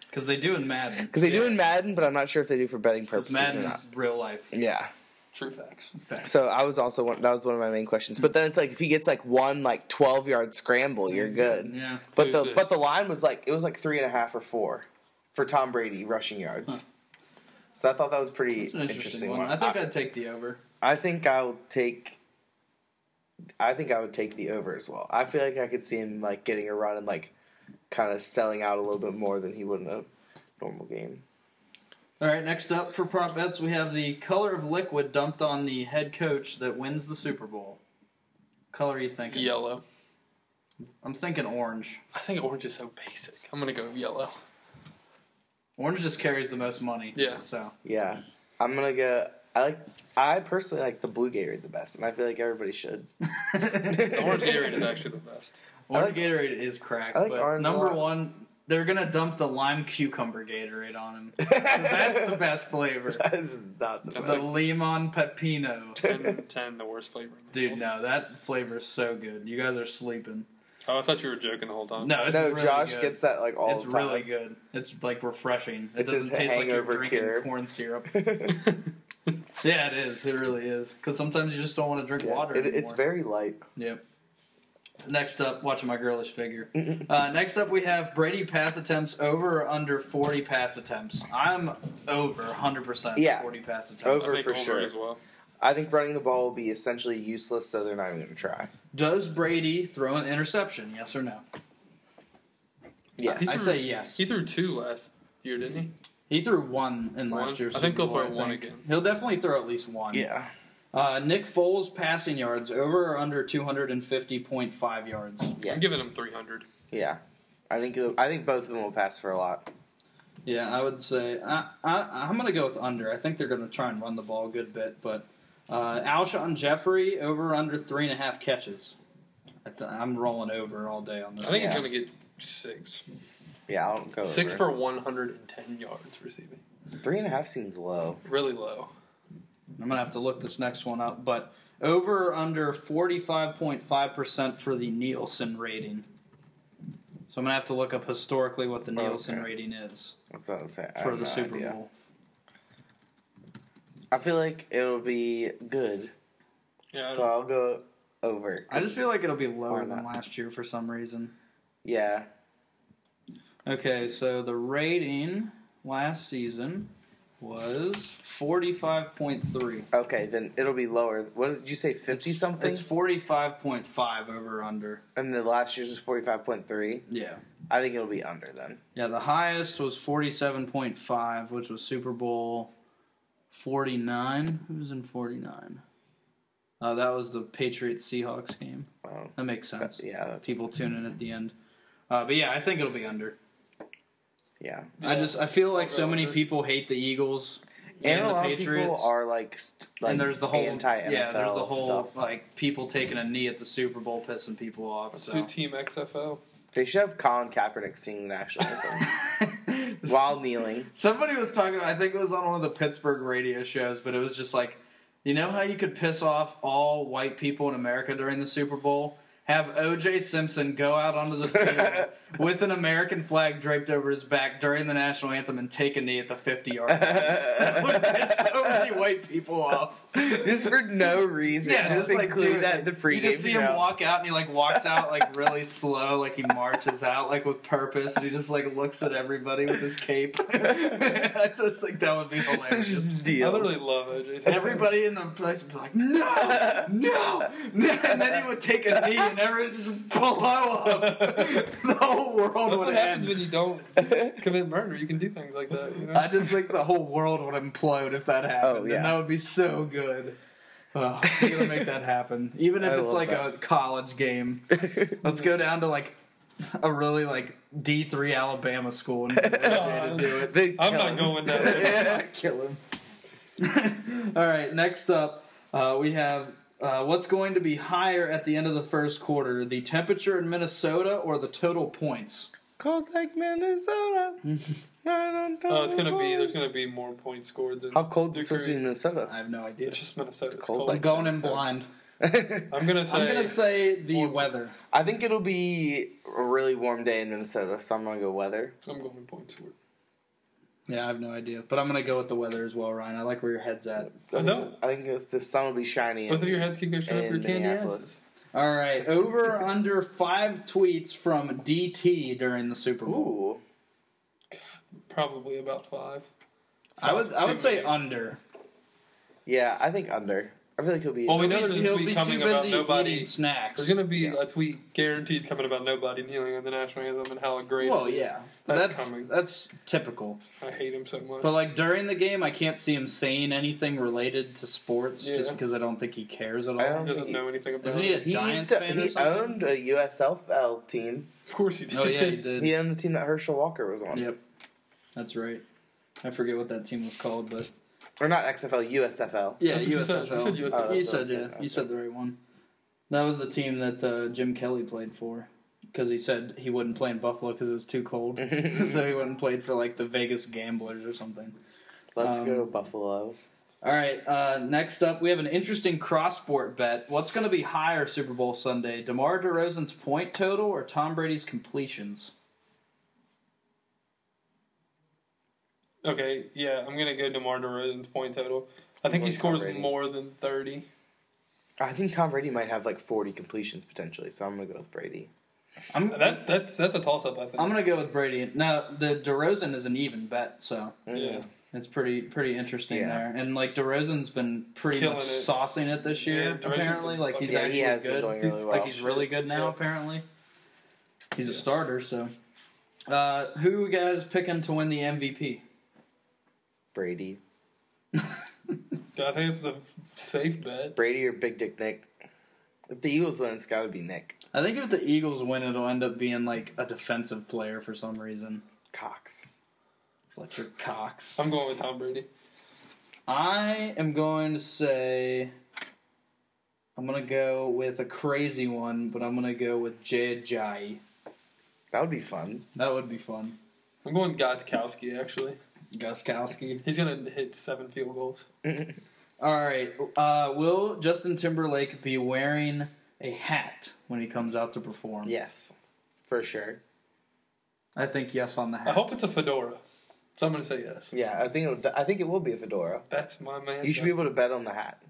B: because they do in Madden.
C: because they do
D: Yeah.
C: in Madden, but I'm not sure if they do for betting
B: Because
C: purposes
B: Madden
C: or not.
B: is real life.
C: Yeah.
D: True facts.
B: Facts.
C: So I was also one, that was one of my main questions. But then it's like if he gets like one like 12 yard scramble, you're good.
B: Yeah.
C: But the
D: Who's this?
C: but the line was like it was like three and a half or four for Tom Brady rushing yards. So I thought that was pretty
B: It's an
C: interesting,
B: interesting, one.
C: one.
B: I think I, would take the over.
C: I think I'll take. I think I would take the over as well. I feel like I could see him like getting a run and like kind of selling out a little bit more than he would in a normal game.
B: All right, next up for prop bets, we have the color of liquid dumped on the head coach that wins the Super Bowl. Color are you thinking?
D: Yellow.
B: I'm thinking orange.
D: I think orange is so basic. I'm gonna go yellow.
B: Orange just carries the most money.
D: Yeah.
C: (laughs)
B: So
C: Yeah, I'm gonna go. I like. I personally like the blue Gatorade the best, and I feel like everybody should.
D: The orange Gatorade is actually the best.
B: Orange
C: like-
B: Gatorade is cracked.
C: I like
B: but
C: orange a
B: number
C: lot.
B: one, they're gonna dump the lime cucumber Gatorade on
C: (laughs)
B: him. 'Cause (laughs) that's the best flavor.
C: that is not
B: The
C: the best.
B: lemon pepino.
D: Ten, 10 the worst flavor. In the
B: Dude,
D: world.
B: no, that flavor is so good. You guys are sleeping.
D: Oh, I thought you were joking the whole time. (laughs)
B: No, it's
C: No,
B: really
C: Josh
B: good.
C: gets that like all
B: It's
C: the time.
B: really good. It's like refreshing. It
C: It's his
B: doesn't taste like you're
C: hangover
B: drinking
C: cure.
B: corn syrup. (laughs)
C: (laughs)
B: yeah, it is. It really is. Because sometimes you just don't want to drink
C: Yeah,
B: water.
C: it- it's
B: anymore.
C: very light.
B: Yep. Next up, watching my girlish
C: (laughs)
B: figure. Uh, next up, we have Brady pass attempts over or under 40 pass attempts. I'm over 100%
C: Yeah.
B: 40 pass attempts.
D: I
C: Over.
D: think
C: for sure.
D: as well.
C: I think running the ball will be essentially useless, so they're not even going to try.
B: Does Brady throw an interception? Yes or no?
C: Yes.
B: I say yes.
D: He threw two last year, didn't he?
B: He threw one in last
D: One?
B: year's.
D: I think
B: Super
D: he'll
B: Bowl,
D: throw one
B: think.
D: again.
B: He'll definitely throw at least one.
C: yeah.
B: Uh, Nick Foles passing yards over or under two hundred and fifty point five yards.
C: Yes.
D: I'm giving him 300.
C: Yeah. I think it'll- I think both of them will pass for a lot.
B: Yeah, I would say I, I, I'm going to go with under. I think they're going to try and run the ball a good bit, but uh, Alshon Jeffrey over or under three and a half catches. I th- I'm rolling over all day on this.
D: I think he's
C: Yeah.
D: going to get six.
C: Yeah, I'll go
D: Six
C: over.
D: for 110 yards receiving.
C: three and a half seems low.
D: Really low.
B: I'm going to have to look this next one up, but over or under 45.5 percent for the Nielsen rating. So I'm going to have to look up historically what the Nielsen
C: Okay.
B: rating is
C: That's what I'm saying. I
B: for
C: have
B: the
C: no
B: Super
C: idea.
B: Bowl.
C: I feel like it'll be good,
D: Yeah, I
C: so I'll go over.
B: I just feel like it'll be
C: Why
B: lower
C: not?
B: than last year for some reason.
C: yeah,
B: Okay, so the rating last season was 45.3.
C: okay, then it'll be lower. What did you say, fifty something?
B: It's 45.5 over under.
C: and the last year's was forty five point three.
B: Yeah.
C: I think it'll be under then.
B: Yeah, the highest was 47.5, which was Super Bowl 49. Who was in 49? Uh, that was the Patriots Seahawks game.
C: Well,
B: That makes sense.
C: that- yeah, that's,
B: People tune in at the end. Uh, but yeah, I think it'll be under.
C: yeah.
B: I just I feel like
D: I'll go
B: so many
D: under.
B: people hate the Eagles and,
C: and a
B: the
C: lot
B: Patriots.
C: of people are like, st- like
B: and there's the whole
C: anti NFL
B: yeah, there's the whole
C: stuff.
B: like people taking a knee at the Super Bowl pissing people off.
D: Let's
B: So. (laughs)
D: do Team XFL.
C: They should have Colin Kaepernick singing the
B: (laughs)
C: national anthem while kneeling.
B: Somebody was talking. I think it was on one of the Pittsburgh radio shows, but it was just like, you know how you could piss off all white people in America during the Super Bowl. Have O.J. Simpson go out onto the
C: (laughs)
B: field with an American flag draped over his back during the national anthem and take a knee at the 50 yard line. That would piss so many white people off.
C: just for no reason. just
B: like,
C: include
B: dude,
C: that in the pregame
B: You just see
C: show.
B: him walk out, and he like walks out like really slow, like he marches out like with purpose, and he just like looks at everybody with his cape. (laughs) I just think that would be hilarious.
C: just deals.
D: I literally love OJ. Simpson.
B: Everybody in the place would be like, "No, no!" no," and then he would take a knee, and everyone just blow up. (laughs) the whole world
D: That's
B: would
D: what
B: end.
D: happens when you don't
B: (laughs)
D: commit murder. You can do things like that. You know?
B: I just think the whole world would implode if that happened,
C: Oh, yeah.
B: and that would be so good.
C: (laughs)
B: Oh, we gotta make that happen, even if
C: I
B: it's
C: love
B: like
C: that.
B: a college game. Let's go down to like a really like D three Alabama school and get
C: (laughs)
D: (laughs)
B: OJ to do
C: They
D: I'm
C: kill
D: not
C: him.
D: going
B: (laughs)
D: down there.
B: it. Kill him. (laughs) All right, next up uh, we have uh, what's going to be higher at the end of the first quarter: the temperature in Minnesota or the total points?
C: Cold like Minnesota. right on top
D: Oh, it's gonna
C: of
D: be. There's
C: us.
D: gonna be more points scored than
C: How cold is it supposed to be in
D: degrees.
C: Minnesota?
B: I have no idea.
D: It's just Minnesota. It's
C: cold,
D: cold.
B: I'm
C: like-
B: going in
C: Minnesota.
B: blind.
D: I'm gonna say.
B: I'm gonna say the weather.
C: (laughs) I think it'll be a really warm day in Minnesota, so I'm gonna go weather.
D: I'm going points scored.
B: Yeah, I have no idea, but I'm gonna go with the weather as well, Ryan. I like where your head's at.
D: I know.
C: I think it's, the sun will be shiny.
D: Both
C: in,
D: of your heads can go shut up your
C: in
D: candy asses.
C: Minneapolis.
B: All right, over (laughs) or under five tweets from DT during the Super Bowl.
C: Ooh,
D: Probably about five.
B: I would I would
D: Too
B: say
D: many.
B: under.
C: yeah, I think under. I feel like it'll be.
D: Well, we know
B: He'll be,
D: there's a
B: he'll
D: tweet
B: be
D: coming
B: too
D: about
B: busy
D: nobody.
B: eating snacks.
D: There's gonna be
C: Yeah.
D: a tweet guaranteed coming about nobody kneeling on the national anthem and how great.
B: Well,
D: it is.
B: yeah,
D: That's
B: that's that's,
D: coming.
B: typical.
D: I hate him so much.
B: But like during the game, I can't see him saying anything related to sports just
D: Yeah.
B: because I don't think he cares at
C: I
D: he
B: all.
C: don't-
D: doesn't know anything about.
B: Isn't he
D: it.
B: a
C: he
B: Giants
C: used to.
B: fan or
C: He
B: something?
C: owned a USFL team.
D: Of course (laughs) he did.
B: Oh yeah, he did.
C: He owned the team that Herschel Walker was on.
B: Yep, that's right. I forget what that team was called, but
C: Or not XFL, USFL.
B: Yeah,
D: That's what you said.
B: USFL.
D: You said
B: You
D: USFL.
B: said,
C: Oh, that's what I
B: yeah.
C: said. Okay.
B: You said the right one. That was the team that uh, Jim Kelly played for because he said he wouldn't play in Buffalo because it was too cold,
C: (laughs)
B: (laughs) so he went and played for like the Vegas Gamblers or something.
C: Let's
B: Um,
C: go Buffalo.
B: All right, uh, next up we have an interesting cross sport bet. What's going to be higher Super Bowl Sunday, DeMar DeRozan's point total or Tom Brady's completions?
D: Okay, yeah, I'm gonna go DeMar DeRozan's point total. I think he
C: Like Tom
D: scores
C: Brady.
D: more than thirty.
C: I think Tom Brady might have like 40 completions potentially, so I'm gonna go with Brady.
B: I'm
D: That that's that's a toss up. I think.
B: I'm going to go with Brady. Now the DeRozan is an even bet, so
D: yeah,
B: It's pretty pretty interesting
C: Yeah.
B: there. And like DeRozan's been pretty
D: Killing
B: much
D: it.
B: saucing it this
D: Yeah,
B: year.
D: DeRozan's
B: apparently,
D: been
B: like
D: fucking-
B: he's
C: Yeah,
B: actually
C: he has been
B: good.
C: doing
B: he's
C: really
B: like
C: well.
B: he's really good now.
D: Yeah.
B: Apparently, he's a
D: Yeah.
B: starter. So, uh, who you guys picking to win the
D: (laughs)
B: MVP?
C: Brady.
D: I think it's the safe bet.
C: Brady or Big Dick Nick? If the Eagles win, it's got to be Nick
B: I think if the Eagles win, it'll end up being like a defensive player for some reason.
C: Cox.
B: Fletcher Cox.
D: I'm going with Tom Brady.
B: I am going to say I'm gonna go with a crazy one, but I'm gonna go with Jay Jai.
C: That would be fun.
B: That would be fun.
D: I'm going Godskowski, actually.
B: Guskowski.
D: He's going to hit seven field goals.
B: All right. Uh, will Justin Timberlake be wearing a hat when he comes out to perform?
C: Yes, for sure.
B: I think yes on the
D: I
B: hat.
D: hope it's a fedora. So I'm going to say yes.
C: Yeah, I think it would, I think it will be a fedora.
D: That's my man.
C: You should be able to bet on the hat.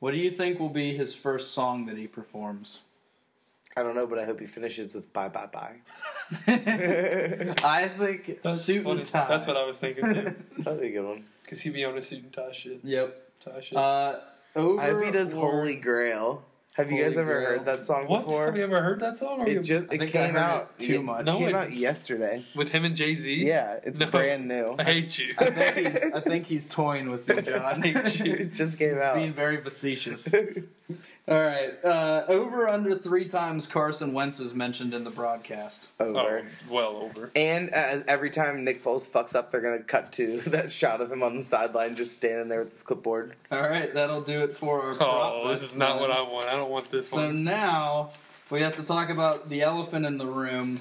B: What do you think will be his first song that he
C: (laughs)
B: performs?
C: I don't know, but I hope he finishes with bye bye
B: (laughs)
C: bye.
B: I think suit
D: funny.
B: and tie.
D: That's what I was thinking, too.
C: (laughs) That'd be a good one.
D: Because he'd be on a suit and tie shit.
B: Yep.
D: Tie shit.
B: Uh, over.
C: I hope he does
B: or-
C: Holy Grail. Have you
B: Holy
C: guys ever
B: Grail.
C: heard that song
D: what?
C: before?
D: Have you ever heard that song? Are you-
C: It just
B: I
C: it
B: think I
C: came
B: heard
C: out
B: it too
C: it
B: much.
D: No,
C: Came
D: it-
C: out yesterday.
D: With him and Jay Z?
C: Yeah, it's
D: No.
C: brand new.
D: I hate you.
B: (laughs) I think (laughs)
C: (laughs)
B: he's, I think he's toying with you, John.
C: it just came out.
B: Being very facetious. All right. Uh, over under three times Carson Wentz is mentioned in the broadcast.
D: (laughs) oh,
C: Over.
D: well over.
C: And uh, every time Nick Foles fucks up, they're gonna cut to (laughs) that shot of him on the sideline, just standing there with his clipboard.
B: All right, that'll do it for our. prop
D: Oh, this
B: bets
D: is not
B: then.
D: what I want. I don't want this
B: So
D: one.
B: now we have to talk about the elephant in the room.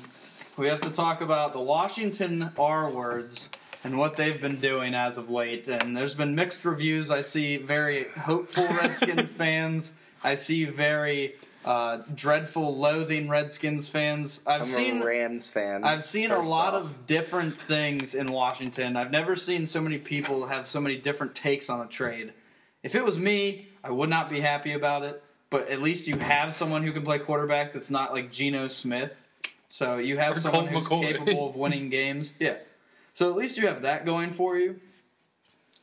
B: We have to talk about the Washington R words and what they've been doing as of late. And there's been mixed reviews. I see very hopeful
C: (laughs)
B: Redskins fans. I see very uh, dreadful, loathing Redskins fans. I've
C: I'm
B: seen
C: a Rams fan.
B: I've seen a
C: first
B: lot
C: off.
B: of different things in Washington. I've never seen so many people have so many different takes on a trade. If it was me, I would not be happy about it. But at least you have someone who can play quarterback that's not like Geno Smith. So you have
D: Or
B: someone
D: Colt
B: who's
D: McCoy.
B: capable of winning
D: (laughs)
B: games. Yeah. So at least you have that going for you.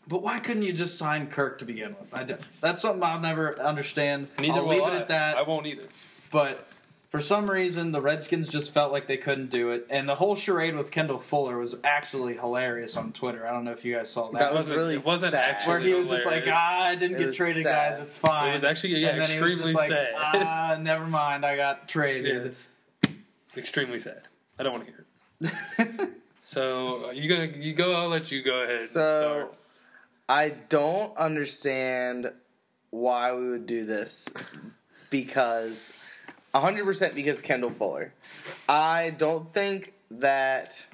B: But why couldn't you just sign Kirk to begin with? I don't. That's something I'll never understand. I'll leave
D: will
B: it
D: I.
B: at that
D: I won't either.
B: but for some reason the Redskins just felt like they couldn't do it, and the whole charade with Kendall Fuller was actually hilarious on Twitter. I don't know if you guys saw that,
C: That
D: It
C: was
D: wasn't-
C: really
D: it wasn't
C: sad.
D: actually
B: where he was just like,
D: hilarious.
B: "Ah, I didn't
C: It
B: get
C: was
B: traded,
C: sad.
B: guys. It's fine."
D: It was actually, yeah,
B: and then he was
D: extremely
B: just like,
D: sad.
B: "Ah, never mind. I got
D: Yeah,
B: traded."
D: it's extremely sad. I don't want to hear
C: (laughs)
D: it. So are you gonna you go? I'll let you go ahead. and
C: So
D: start.
C: I don't understand why we would do this because 100% because Kendall Fuller. I don't think that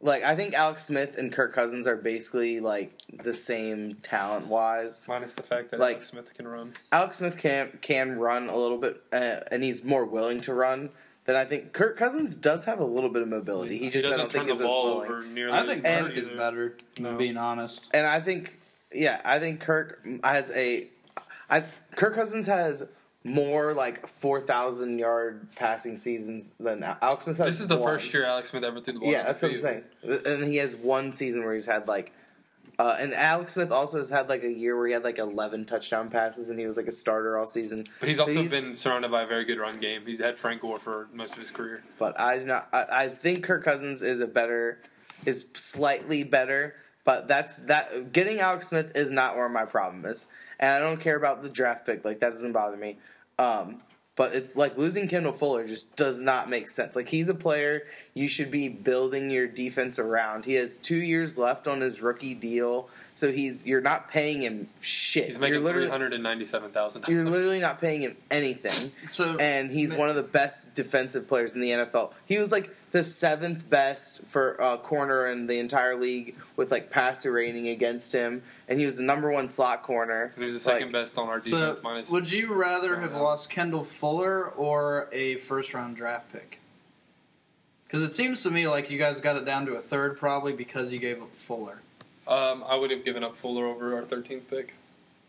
C: like I think Alex Smith and Kirk Cousins are basically like the same talent wise.
D: minus the fact that
C: like-
D: Alex Smith can run.
C: Alex Smith can can run a little bit, uh, and he's more willing to run than I think. Kirk Cousins does have a little bit of mobility. He just I
D: doesn't
C: don't think
D: turn
C: is
D: the
C: as
D: ball
C: willing.
D: over nearly.
B: I think
D: as much
B: Kirk is
D: either.
B: better.
D: No.
B: Being honest,
C: And I think, yeah, I think Kirk has a, I Kirk Cousins has more like four thousand yard passing seasons than Alex Smith. Has
D: This is the
C: one.
D: first year Alex Smith ever threw the ball.
C: Yeah,
D: down
C: that's
D: the
C: what I'm saying.
D: field.
C: And he has one season where he's had like, uh, and Alex Smith also has had like a year where he had like eleven touchdown passes, and he was like a starter all season.
D: But he's
C: So
D: also been surrounded by a very good run game. He's had Frank Gore for most of his career.
C: But I do not. I, I think Kirk Cousins is a better, is slightly better. But that's that. Getting Alex Smith is not where my problem is, and I don't care about the draft pick. Like that doesn't bother me. Um, but it's like losing Kendall Fuller just does not make sense. Like he's a player you should be building your defense around. He has two years left on his rookie deal, so he's you're not paying him shit.
D: He's
C: you're
D: making three
C: literally
D: hundred and ninety-seven thousand.
C: you're literally not paying him anything
B: so
C: and he's
B: Ma-
C: one of the best defensive players in the NFL. He was like the seventh best for uh, corner in the entire league with like passer rating against him, and he was the number one slot corner.
D: He's the second
C: Like,
D: best on our
B: So
D: defense. minus
B: would you rather
D: I
B: have
D: know.
B: lost Kendall Fuller or a first round draft pick? Because it seems to me like you guys got it down to a third probably because you gave up Fuller.
D: um, I would have given up Fuller over our thirteenth pick.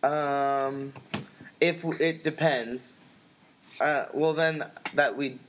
C: Um, if it depends. Uh, well, then that we.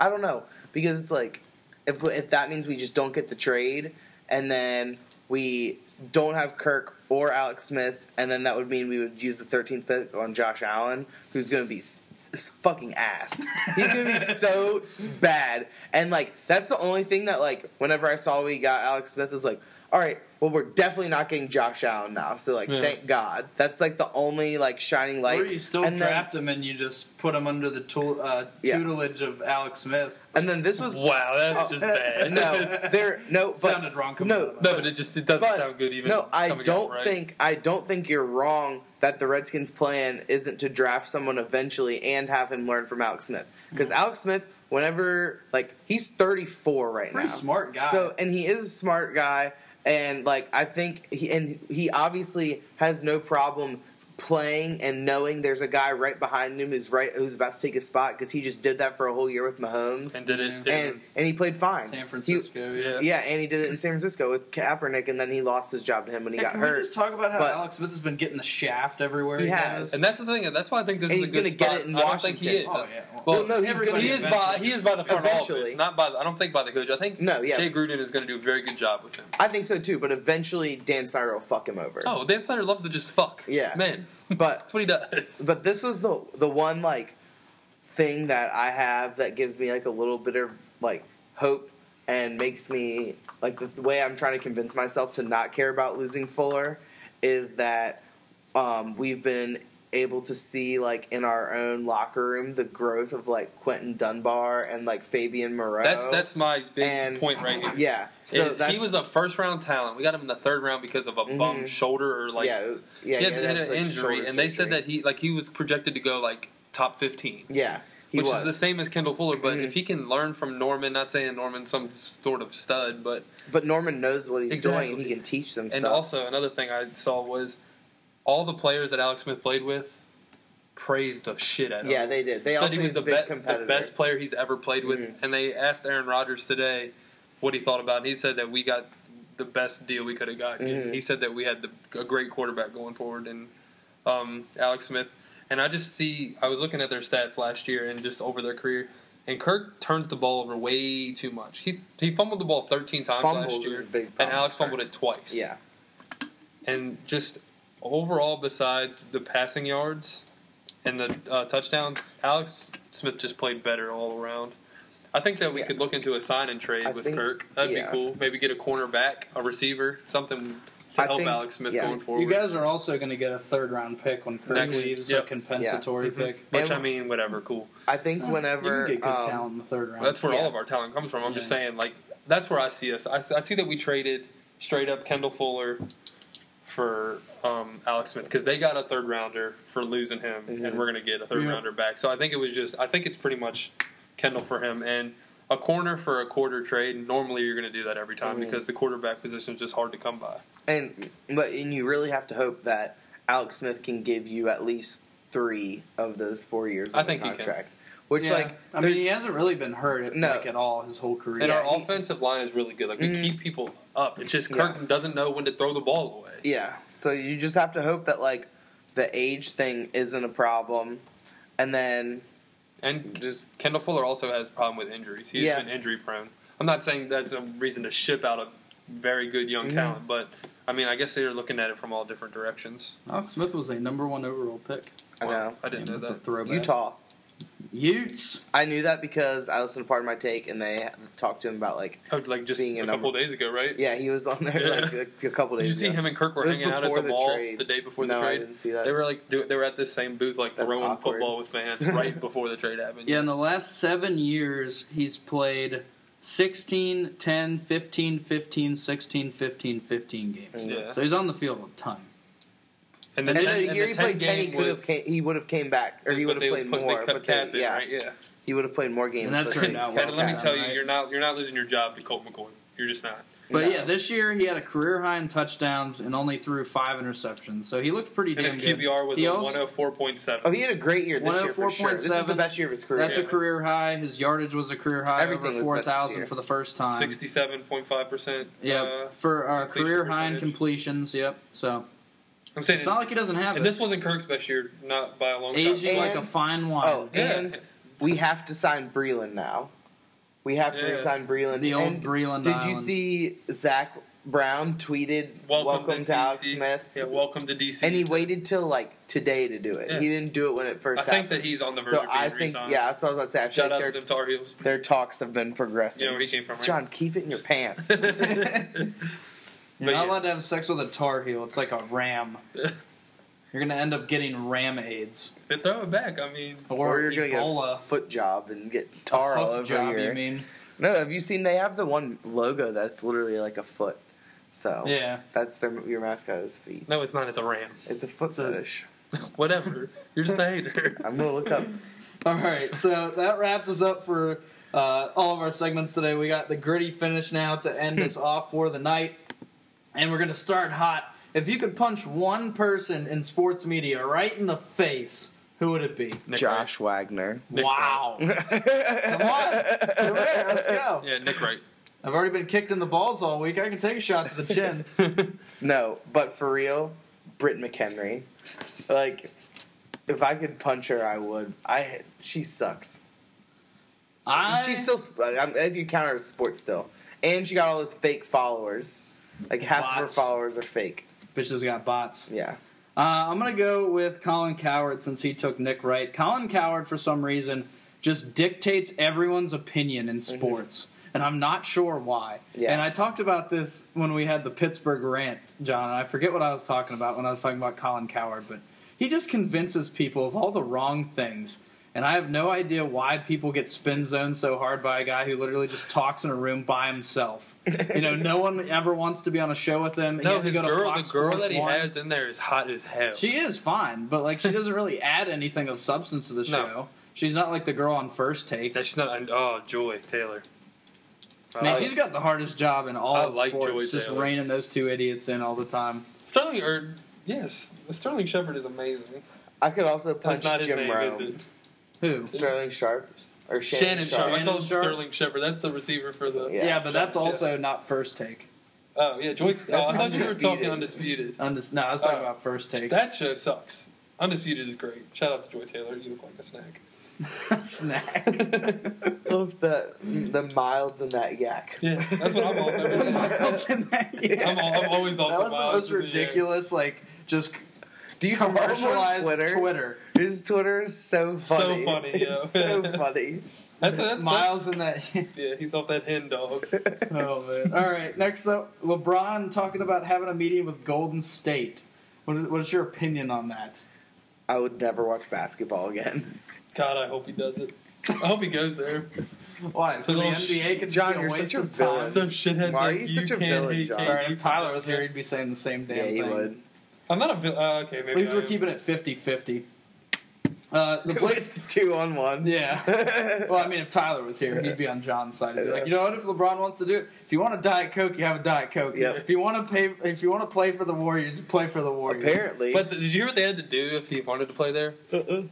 C: I don't know because it's like if if that means we just don't get the trade and then we don't have Kirk or Alex Smith, and then that would mean we would use the 13th pick on Josh Allen, who's going to be s- s- fucking ass. He's going to be so bad. And, like, that's the only thing that, like, whenever I saw we got Alex Smith, is like, all right, well, we're definitely not getting Josh Allen now. So, like,
D: Yeah.
C: thank God. That's, like, the only, like, shining light.
B: Or you still
C: and then,
B: draft him and you just put him under the tool, uh,
C: Yeah.
B: tutelage of Alex Smith.
C: and then this was.
D: Wow, that's just (laughs)
C: (laughs)
D: bad.
C: Oh, No, there. No, but
B: Sounded wrong coming
C: No,
B: out of my
D: No, but it just it doesn't sound good even.
C: No, I
D: coming out,
C: don't
D: right?
C: think I don't think you're wrong that the Redskins' plan isn't to draft someone eventually and have him learn from Alex Smith
D: Hmm.
C: because Alex Smith, whenever like he's 34 right
B: Pretty
C: now,
B: smart guy.
C: So and he is a smart guy, and like I think he and he obviously has no problem playing and knowing there's a guy right behind him who's right who's about to take his spot because he just did that for a whole year with Mahomes
D: And did it?
C: and and he played fine.
B: San
C: He-
B: Francisco.
D: yeah.
C: yeah, and he did it in San Francisco with Kaepernick, and then he lost his job to him when he
B: Hey,
C: got
B: can
C: hurt.
B: we just talk about how
C: But-
B: Alex Smith has been getting the shaft everywhere
C: He
B: he,
C: has.
B: has?
D: And that's the thing, and that's why I think this
C: And he's
D: is a good
C: gonna get
D: spot.
C: it in
D: I don't think he is.
C: Washington.
B: oh yeah.
C: Well, no, he's
B: everybody
C: gonna-
D: he is by
B: eventually-
D: he is by the front
C: Eventually.
D: office, not by. The, I don't think by the coach. I think
C: No, yeah.
D: Jay Gruden is going to do a very good job with him.
C: I think so too, but eventually Dan Snyder will fuck him over.
D: Oh, (laughs) Dan Snyder loves to just fuck.
C: Yeah.
D: man,
C: But
D: that's what he does.
C: but this was the the one like thing that I have that gives me like a little bit of like hope and makes me like the, the way I'm trying to convince myself to not care about losing Fuller is that um, we've been able to see like in our own locker room the growth of like Quentin Dunbar and like Fabian Moreau.
D: That's that's my big
C: And-
D: point right here.
C: yeah. So
D: Is
C: that's
D: he was a first round talent. We got him in the third round because of a bum
C: Mhm.
D: shoulder or like
C: yeah
D: yeah,
C: yeah
D: he had, he had
C: that's,
D: an
C: like,
D: injury,
C: shoulder
D: and they said
C: surgery.
D: that he like he was projected to go like top fifteen.
C: Yeah, he
D: which
C: was.
D: is the same as Kendall Fuller, but
C: Mhm.
D: if he can learn from Norman, not saying Norman's some sort of stud, but
C: But Norman knows what he's doing. and He
D: Exactly.
C: can teach them
D: and
C: stuff.
D: also another thing I saw was all the players that Alex Smith played with praised the shit out of
C: yeah,
D: him.
C: they did. They
D: said
C: also
D: he was the,
C: big
D: be-
C: competitor.
D: the best player he's ever played with,
C: Mhm.
D: and they asked Aaron Rodgers today what he thought about. it. He said that we got the best deal we could have gotten.
C: Mhm.
D: He said that we had the, a great quarterback going forward, and um, Alex Smith. And I just see, I was looking at their stats last year and just over their career, and Kirk turns the ball over way too much. He he fumbled the ball 13 times
C: Fumbles
D: last year,
C: is a big
D: and
C: problem
D: Alex
C: for Kirk.
D: fumbled it twice.
C: Yeah,
D: And just overall, besides the passing yards and the uh, touchdowns, Alex Smith just played better all around. I think that we
C: Yeah.
D: could look into a sign and trade
C: I
D: with
C: think-
D: Kirk. That'd
C: yeah.
D: be cool. Maybe get a cornerback, a receiver, something to
C: I
D: help
C: think-
D: Alex Smith
C: yeah.
D: going forward.
B: You guys are also going to get a third round pick when Kirk
D: Next-
B: leaves,
D: yep.
B: a compensatory
D: Mhm.
B: pick.
D: Which
C: And-
D: I mean, whatever, cool.
C: I think whenever
B: Mm-hmm. you can get good
C: um,
B: talent in the third round.
D: That's where
C: Yeah.
D: all of our talent comes from. I'm just
B: Yeah.
D: saying, like, that's where I see us. I, I see that we traded straight up Kendall Fuller for um, Alex Smith because they got a third rounder for losing him,
C: Mhm.
D: and we're going to get a third
B: Yeah.
D: rounder back. So I think it was just, I think it's pretty much Kendall for him and a corner for a quarter trade. Normally, you're going to do that every time
C: Mhm.
D: because the quarterback position is just hard to come by.
C: and but and you really have to hope that Alex Smith can give you at least three of those four years. Of
D: I think
C: the
D: he can.
C: contract, which
B: Yeah.
C: like
B: I
C: there-
B: mean, he hasn't really been hurt
C: No.
B: like, at all his whole career.
D: And
C: Yeah,
D: our
C: he-
D: offensive line is really good. Like we
C: Mhm.
D: keep people up. It's just
C: Yeah.
D: Kirk doesn't know when to throw the ball away.
C: Yeah. So you just have to hope that like the age thing isn't a problem, and then
D: And
C: just
D: Kendall Fuller also has a problem with injuries. He's
C: Mm. Yeah.
D: been injury prone. I'm not saying that's a reason to ship out a very good young
C: Mhm.
D: talent, but I mean, I guess they're looking at it from all different directions.
B: Alex Smith was a number one overall pick.
C: I
D: Wow,
C: know
D: I didn't know
B: That's a
D: that.
B: throwback.
C: Utah.
B: Utes.
C: I knew that because I listened to part of my take, and they talked to him about like
D: Oh, like just
C: Being a
D: a couple days ago, right?
C: Yeah, he was on there
D: Yeah.
C: like, like, a couple
D: Did you
C: days
D: see
C: ago.
D: him and Kirk
C: It
D: were
C: was
D: hanging out at
C: before
D: the,
C: the
D: mall
C: trade.
D: the day before the
C: No, I
D: trade?
C: didn't see that.
D: They were like, do, they were at the same booth, like
C: That's
D: throwing
C: awkward.
D: football with fans right before the trade happened.
B: Yeah, in the last seven years, he's played 16, 10, 15, 15, 16, 15, 15 games.
D: Yeah.
B: So he's on the field a ton.
D: And the,
C: and
D: ten-
C: the
D: and
C: year he played ten, he
D: game
C: could have
D: was-
C: came, he would have came back, or he would
D: but
C: have
D: they-
C: played
D: but they
C: more.
D: cut
C: But they,
D: Cap in,
C: yeah,
D: right? Yeah.
C: he would have played more games.
B: And that
C: but
B: turned
C: they
B: out
C: cut
B: well.
D: And let me
C: Cap.
D: tell you,
B: right?
D: you're not you're not losing your job to Colt McCoy. You're just not.
B: But
C: No.
B: yeah, this year he had a career high in touchdowns and only threw five interceptions. So he looked pretty
D: And
B: damn
D: his
B: good.
D: QBR was
B: He
D: a
B: also-
D: 104.7.
C: Oh, he had a great year this year for sure. This is the
B: 104.7.
C: best year of his career.
B: That's a career high. His yardage was a career high,
C: Everything
B: over
C: was best this
B: 4,000
C: year.
B: for the first time.
D: Sixty-seven point five percent. uh,
B: Yep, for our
D: completion
B: career high in
D: percentage.
B: completions. Yep. So
D: I'm saying,
B: it's not like he doesn't have
D: and this
B: it.
D: wasn't Kirk's best year, not by a long
B: Aging
D: shot.
B: like a
C: And-
B: fine wine.
C: oh, and we have to sign Breland now. We have to
D: Yeah.
C: resign Breland.
B: The old
C: And
B: Breland
C: Did you
B: Island.
C: see Zach Brown tweeted welcome, to, Alex
D: DC.
C: Smith?
D: Yeah, welcome to DC.
C: and he waited till like today to do it.
D: Yeah.
C: He didn't do it when it
D: I
C: first
D: think
C: happened.
D: that he's on the verge
C: so
D: of being
C: I think
D: re-signed.
C: yeah, that's what I was about to say. I
D: Shout
C: feel
D: out
C: like
D: to
C: their,
D: them Tar Heels.
C: their talks have been progressing.
D: You know where he came from, right? (laughs)
C: John, keep it in your pants.
D: but
B: You're not
D: yeah.
B: allowed to have sex with a Tar Heel. It's like a (laughs) ram. You're gonna end up getting ram AIDS
D: Then throw it back. I mean,
B: or,
C: or you're gonna get a
B: Ebola.
C: foot job and get tar all over
B: Puff job,
C: here.
B: you mean?
C: No, have you seen? They have the one logo that's literally like a foot. So
B: Yeah.
C: that's their your mascot is feet.
D: no, it's not. It's a ram.
C: (laughs) It's a foot fetish.
D: Whatever. You're just a hater.
C: I'm gonna look
D: (laughs)
C: up.
B: All right, so that wraps us up for uh, all of our segments today. We got the gritty finish now to (laughs) end us off for the night, and we're going to start hot. If you could punch one person in sports media right in the face, who would it be?
D: Nick
C: Josh Wagner.
D: Nick
B: wow. Come on. Come here, let's go. (laughs)
D: Wright. Yeah,
C: (laughs)
D: Nick Wright.
B: I've already been kicked in the balls all week. I can take a shot to the (laughs) chin.
C: No, but for real, Britt McHenry. Like, if I could punch her, I would. I she sucks.
B: I,
C: She's still. sp- I'm, if you count her as sports, still, and she got all those fake followers. Like half of her
B: Bots.
C: followers are fake.
B: bitches got bots.
C: Yeah.
B: Uh, I'm gonna go with Colin Coward since he took Nick Wright. Colin Coward, for some reason, just dictates everyone's opinion in sports, and I'm not sure why.
C: Yeah.
B: And I talked about this when we had the Pittsburgh rant, John. And I forget what I was talking about when I was talking about Colin Coward, but he just convinces people of all the wrong things. And I have no idea why people get spin zoned so hard by a guy who literally just talks in a room by himself. You know, no one ever wants to be on a show with him. and yet
D: No,
B: we
D: his
B: go to
D: girl, the
B: Fox
D: girl
B: Sports
D: that he
B: 1.
D: has in there is hot as hell.
B: She is fine, but like she doesn't really add anything of substance to the
D: No.
B: show. She's not like the girl on first take.
D: That's not. Oh, Joy Taylor.
B: Man,
D: Uh,
B: she's got the hardest job in all
D: I
B: of
D: like
B: sports,
D: Joy
B: just
D: Taylor.
B: reining those two idiots in all the time.
D: Sterling or yes, Sterling Shepard is amazing.
C: I could also punch
D: That's not his
C: Jim
D: name, is
C: Rome,
D: it?
B: Who?
C: Sterling Sharp, or Shannon,
D: Shannon
C: Sharp.
D: Sharp. I
B: Shannon
D: know
B: Sharp?
D: Sterling Shepard. That's the receiver for the.
B: Yeah,
C: Yeah,
B: but that's
D: Joy Taylor.
B: also not first take.
D: Oh yeah, Joy. Oh, I thought you were
C: Undisputed.
D: talking undisputed.
B: I'm just no, I was talking
D: Oh.
B: about first take.
D: That show sucks. Undisputed is great. Shout out to Joy Taylor. You look like a snack.
B: (laughs) Snack.
C: Of the the milds and that yak.
D: Yeah, Oh that's what I'm all (laughs) about.
B: Miles in that, yeah.
D: I'm, al- I'm always off
B: that
D: the
B: was the
D: Miles
B: most
D: in air.
B: ridiculous, like just
C: Do you follow him on
B: commercialized Twitter.
C: His Twitter is so
D: So
C: funny.
D: funny,
C: It's
D: yeah.
C: so funny.
D: That's, that's,
B: Miles in that.
D: Yeah, he's off that hen dog.
B: Oh man! All right, next up, LeBron talking about having a meeting with Golden State. What is, what is your opinion on that?
C: I would never watch basketball again.
D: God, I hope he does it. I hope he goes there.
B: Why? So,
D: So
B: the
D: those-
B: NBA can
C: John,
B: be a
C: you're
B: waste
C: such a
B: of time.
C: villain.
D: So shithead.
C: Why are
D: like,
C: you such a
D: can't
C: villain,
D: hate
C: John?
D: Kate,
B: Sorry,
D: you
B: if Tyler
D: can't-
B: was here, he'd be saying the same damn
C: yeah,
B: thing.
C: you would.
D: I'm not a villain. Uh, okay, maybe
B: At least
D: I
B: we're
D: am.
B: keeping it 50-50. Uh,
C: (laughs)
B: the Blake,
C: With two on one. (laughs)
B: yeah. Well, I mean, if Tyler was here, he'd be on John's side. He'd be like, you know what? If LeBron wants to do it, if you want a Diet Coke, you have a Diet Coke.
C: Yep.
B: If you want to pay, if you want to play for the Warriors, you play for the Warriors.
C: Apparently.
D: But did you hear what they had to do if he wanted to play there?
C: Uh-uh.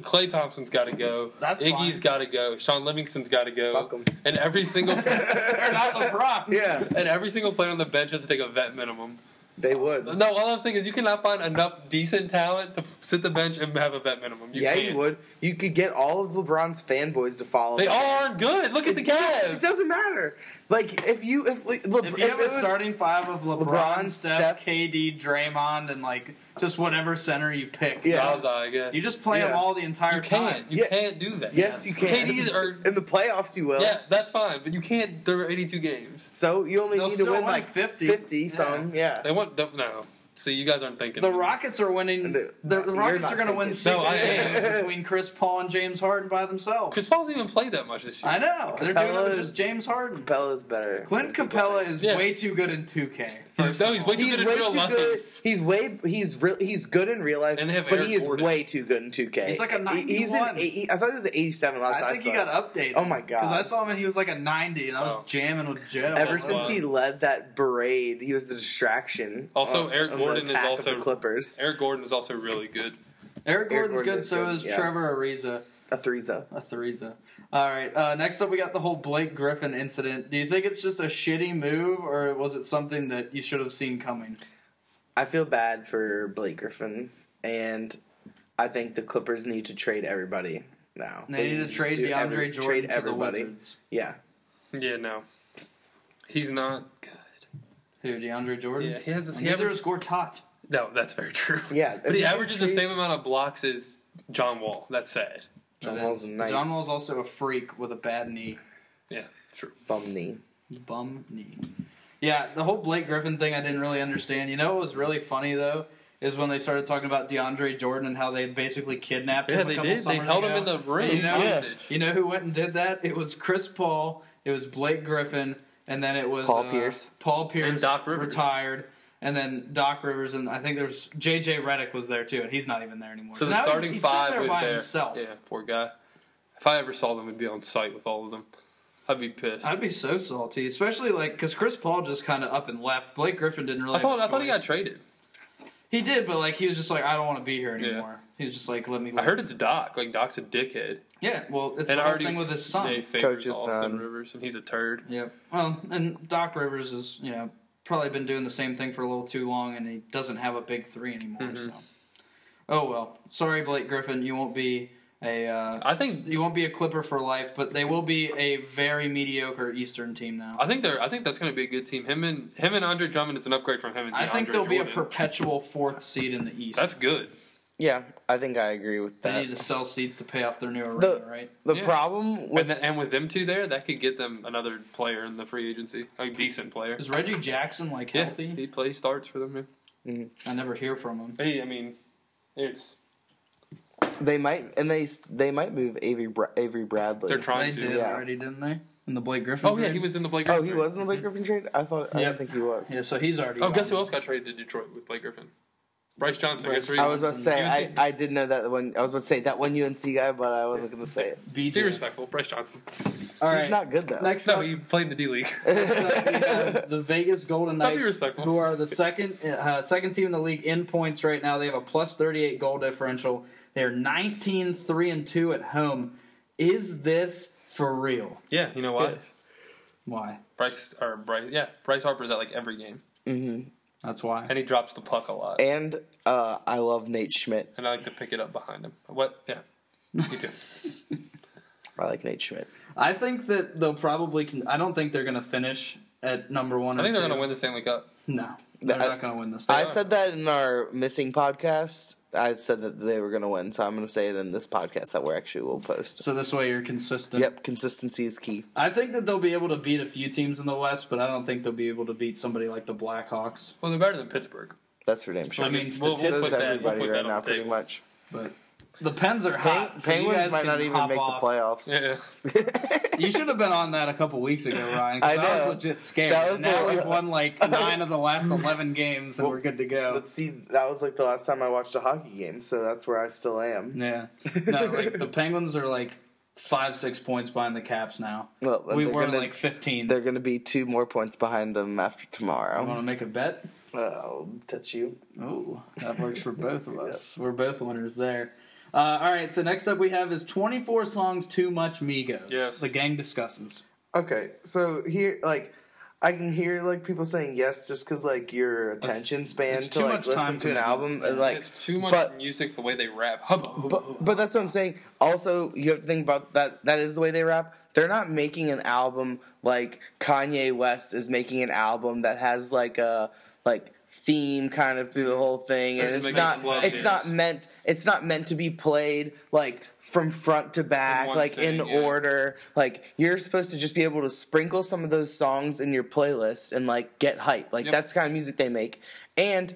D: Clay Thompson's got to go.
B: That's
D: Iggy's
B: fine.
D: got to go. Sean Livingston's got to go.
C: Fuck 'em.
D: And every single
B: They're not LeBron.
C: (laughs) (laughs) yeah,
D: and every single player on the bench has to take a vet minimum.
C: they would.
D: No, all I'm saying is you cannot find enough decent talent to sit the bench and have a vet minimum. You
C: yeah,
D: can't.
C: you would. You could get all of LeBron's fanboys to follow.
D: They
C: him.
D: all aren't good. Look at the Cavs.
C: It doesn't matter. Like if you if like,
D: (laughs)
C: Le-
B: If you have
C: it
B: a
C: was-
B: starting five of LeBron,
C: LeBron,
B: Steph,
C: Steph-
B: KD, Draymond, and like just whatever center you pick,
C: Yeah.
D: Zaza, I guess.
B: you just play them
C: Yeah.
B: all the entire
D: you
B: time.
D: can't. You
C: Yeah.
D: can't do that.
C: yes, you can.
D: KD's are
C: in the playoffs, you will.
D: yeah, that's fine, but you can't. There are 82 games.
C: So you only
B: They'll
C: need to
B: still
C: win
B: win
C: like
B: 50.
C: 50,
B: Yeah.
C: some. Yeah.
D: They want the- no. See, you guys aren't thinking.
B: The Rockets are winning. The,
C: The-
B: the
C: you're
B: Rockets
C: not
B: are going to win
C: thinking.
B: six
D: No, I am.
B: games
C: (laughs)
B: between Chris Paul and James Harden by themselves.
D: Chris Paul's even played that much this year.
B: I know they're
C: Capella
B: doing it with
C: is-
B: just James Harden.
C: Capella's better.
B: Clint Capella is
D: Yeah.
B: way too good in 2K.
D: He's, no, he's way too
C: He's
D: good in
C: way
D: real
C: too
D: life.
C: good. He's way he's real. He's good in real life,
D: And they have
C: but
D: Eric
C: he is
D: Gordon.
C: way too good in 2K.
B: He's like a
C: He- He's
B: 91.
C: an eight, I thought he was an 87 last
B: I
C: I,
B: think he
C: saw.
B: got updated.
C: Oh my God.
B: Because I saw him and he was like a 90, and I was
D: Oh.
B: jamming with Joe.
C: Ever
D: Wow.
C: since he led that parade, he was the distraction.
D: Also,
C: on-
D: Eric
C: on
D: Gordon
C: the
D: is
C: attack
D: also-
C: of the Clippers.
D: Eric Gordon is also really good.
B: Eric
C: Eric
B: Gordon's
C: Gordon
B: good,
C: is
B: so
C: good,
B: is
C: yeah.
B: Trevor Ariza.
C: A three's up.
B: A threesa. All right. Uh, next up, we got the whole Blake Griffin incident. Do you think it's just a shitty move, or was it something that you should have seen coming?
C: I feel bad for Blake Griffin, and I think the Clippers need to trade everybody now.
B: They need to
C: just
B: trade
C: do
B: DeAndre
C: every-
B: Jordan to the Wizards.
C: Yeah,
D: Yeah, no, he's not good.
B: Who DeAndre Jordan?
D: Yeah, he has this.
B: And
D: He
B: Neither
D: averages,
B: is Gortat.
D: no, that's
B: (laughs)
D: very true.
C: Yeah,
D: but
C: if
D: he
C: you
D: averages the
C: treat-
D: same amount of blocks as John Wall. That's sad.
C: John
B: That is-
C: Wall's nice.
B: John Wall's also a freak with a bad knee,
D: Yeah, true.
C: bum knee.
B: bum knee. Yeah, the whole Blake Griffin thing I didn't really understand. You know what was really funny though is when they started talking about DeAndre Jordan and how they had basically kidnapped
D: Yeah,
B: him. A
D: they
B: couple
D: did. They
B: summers
D: held him
B: ago.
D: in the room.
B: You know,
D: hostage.
B: you know who went and did that? It was Chris Paul. It was Blake Griffin, and then it was
C: Paul
B: uh,
C: Pierce.
B: Paul Pierce
D: And Doc Rivers.
B: retired, and then Doc Rivers, and I think there's J.J. Redick was there too, and he's not even there anymore.
D: So the
B: now he's-
D: starting
B: he's sitting
D: five
B: there
D: was
B: by
D: there.
B: himself.
D: Yeah, poor guy. If I ever saw them, I'd be on site with all of them. I'd be pissed.
B: I'd be so salty, especially like because Chris Paul just kind of up and left. Blake Griffin didn't really.
D: I thought
B: have a
D: I thought he
B: choice.
D: got traded.
B: He did, but like he was just like, I don't want to be here anymore. He was just like, let me.
D: I heard it's Doc. Like Doc's a dickhead,
B: Yeah, well, it's
D: and
B: the
D: I
B: whole
D: already
B: thing with his son.
D: They favors
C: Coach's
D: Austin
C: son.
D: Rivers, and he's a turd.
B: Yep. Well, and Doc Rivers is, you know, probably been doing the same thing for a little too long, and he doesn't have a big three anymore.
D: Mm-hmm.
B: So, oh well. Sorry, Blake Griffin, you won't be a. Uh,
D: I think-
B: you won't be a Clipper for life, but they will be a very mediocre Eastern team now.
D: I think they're. I think that's going to be a good team. Him and him and Andre Drummond is an upgrade from him and
B: I, think
D: DeAndre
B: they'll be a
D: Jordan.
B: perpetual fourth seed in the East.
D: That's good.
C: Yeah, I think I agree with
B: they
C: that.
B: need to sell seeds to pay off their new arena,
C: The-
B: right?
C: the
D: Yeah.
C: problem with
D: And, th- and with them two there, that could get them another player in the free agency, a decent player.
B: Is Reggie Jackson like
D: Yeah,
B: healthy?
D: he plays starts for them. yeah.
B: I never hear from him.
D: Hey, I mean, it's
C: they might and they s- they might move Avery Bra- Avery Bradley.
D: they're
B: They
D: trying to.
B: did
C: Yeah.
B: already, didn't they? In the Blake Griffin.
D: Oh yeah,
B: trade?
D: he was in the Blake.
C: oh,
D: Griffin
C: he
D: trade.
C: was in the Blake Griffin trade. I thought I
B: Yep.
C: don't think he was.
B: Yeah, so he's already.
D: Oh,
B: gone.
D: guess who else got traded to Detroit with Blake Griffin? Bryce Johnson.
B: Bryce
D: Guess where he
C: I was
D: went?
C: about to say I,
D: UNC.
C: I did know that one. I was about to say that one UNC guy, but I wasn't going to say it.
B: BJ.
D: Be respectful, Bryce Johnson. (laughs)
B: All right.
C: He's not good though.
B: Next
D: No,
B: up,
D: he played in the D
B: (laughs)
D: League.
B: next up, we have the Vegas Golden
D: I'll be
B: Knights,
D: respectful.
B: who are the second uh, second team in the league in points right now. They have a plus thirty eight goal differential. They are 19 3 and two at home. Is this for real?
D: yeah, you know why?
B: Why?
D: Bryce or Bryce? Yeah, Bryce Harper's at like every game,
B: That's why.
D: and he drops the puck a lot.
C: And uh, I love Nate Schmidt.
D: And I like to pick it up behind him. What? Yeah, me
C: (laughs)
D: too.
C: I like Nate Schmidt.
B: I think that they'll probably. Con- I don't think they're going to finish at number one.
D: I think they're gonna win the Stanley Cup.
B: No, they're
C: I-
B: not going to win this.
C: I said that in our missing podcast. I said that they were going to win, so I'm going to say it in this podcast that we're actually will post.
B: so this way you're consistent.
C: Yep, consistency is key.
B: I think that they'll be able to beat a few teams in the West, but I don't think they'll be able to beat somebody like the Blackhawks.
D: Well, they're better than Pittsburgh.
C: That's for damn sure.
B: I mean,
D: we'll, we'll
B: statistics-
D: put
C: Says
D: that. We'll
C: everybody
D: put
C: right
D: that
C: now,
D: on the
C: pretty
D: table.
C: much.
B: But the Pens are hot.
C: Peng-
B: so you guys
C: Penguins might
B: can
C: not even
B: hop
C: make
B: off.
C: the playoffs.
D: Yeah,
C: (laughs)
B: You should have been on that a couple weeks ago, Ryan. 'cause
C: I
B: I,
C: know.
B: was legit scared.
C: That was
B: now
C: the-
B: we've won
C: (laughs)
B: like nine of the last eleven games, and we're good to go.
C: But see, that was like the last time I watched a hockey game, so that's where I still am. (laughs)
B: Yeah. No, like the Penguins are like five, six points behind the Caps now.
C: Well,
B: we
C: they're
B: were
C: gonna-
B: like fifteen.
C: They're going to be two more points behind them after tomorrow.
B: Want to make a bet?
C: I'll touch you.
B: Oh, that works for both (laughs) of us. We're both winners there. Uh, all right, so next up we have is 24 songs too much Migos.
D: Yes.
B: The gang discusses.
C: Okay, so here, like, I can hear like people saying yes just because like your attention span
B: it's
C: to
B: too
C: like
B: much
C: listen
B: time
C: to an album, and, like,
D: it's too much
C: but-
D: music the way they rap. Hubba, hubba, hubba.
C: But but that's what I'm saying. Also, you have to think about that. That is the way they rap. They're not making an album like Kanye West is making an album that has like a like theme kind of through the whole thing,
D: They're
C: and
D: just
C: it's
D: making
C: not
D: club
C: it's
D: hits.
C: not meant it's not meant to be played like from front to back,
D: one
C: like in
D: sitting, yeah.
C: order. Like you're supposed to just be able to sprinkle some of those songs in your playlist and like get hype. Like
D: Yep.
C: that's the kind of music they make, and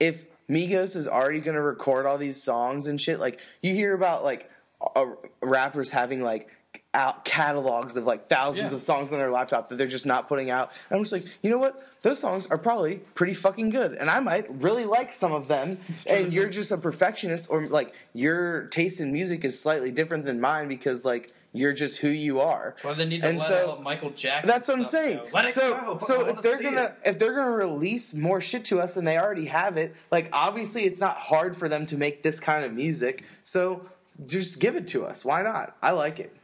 C: if Migos is already going to record all these songs and shit, like you hear about like a, rappers having like out catalogs of like thousands
D: Yeah.
C: of songs on their laptop that they're just not putting out. And I'm just like, you know what? Those songs are probably pretty fucking good, and I might really like some of
D: (laughs)
C: them. And you're just a perfectionist, or like your taste in music is slightly different than mine because like you're just who you are.
B: Well, they need to
C: to And
B: let
C: let so-
B: out
C: out
B: Michael Jackson.
C: That's what I'm saying.
B: Let it
C: so,
B: go. I
C: so
B: wanna
C: if they're
B: see
C: gonna if they're gonna release more shit to us and they already have it, like obviously it's not hard for them to make this kind of music. So just give it to us. Why not? I like it.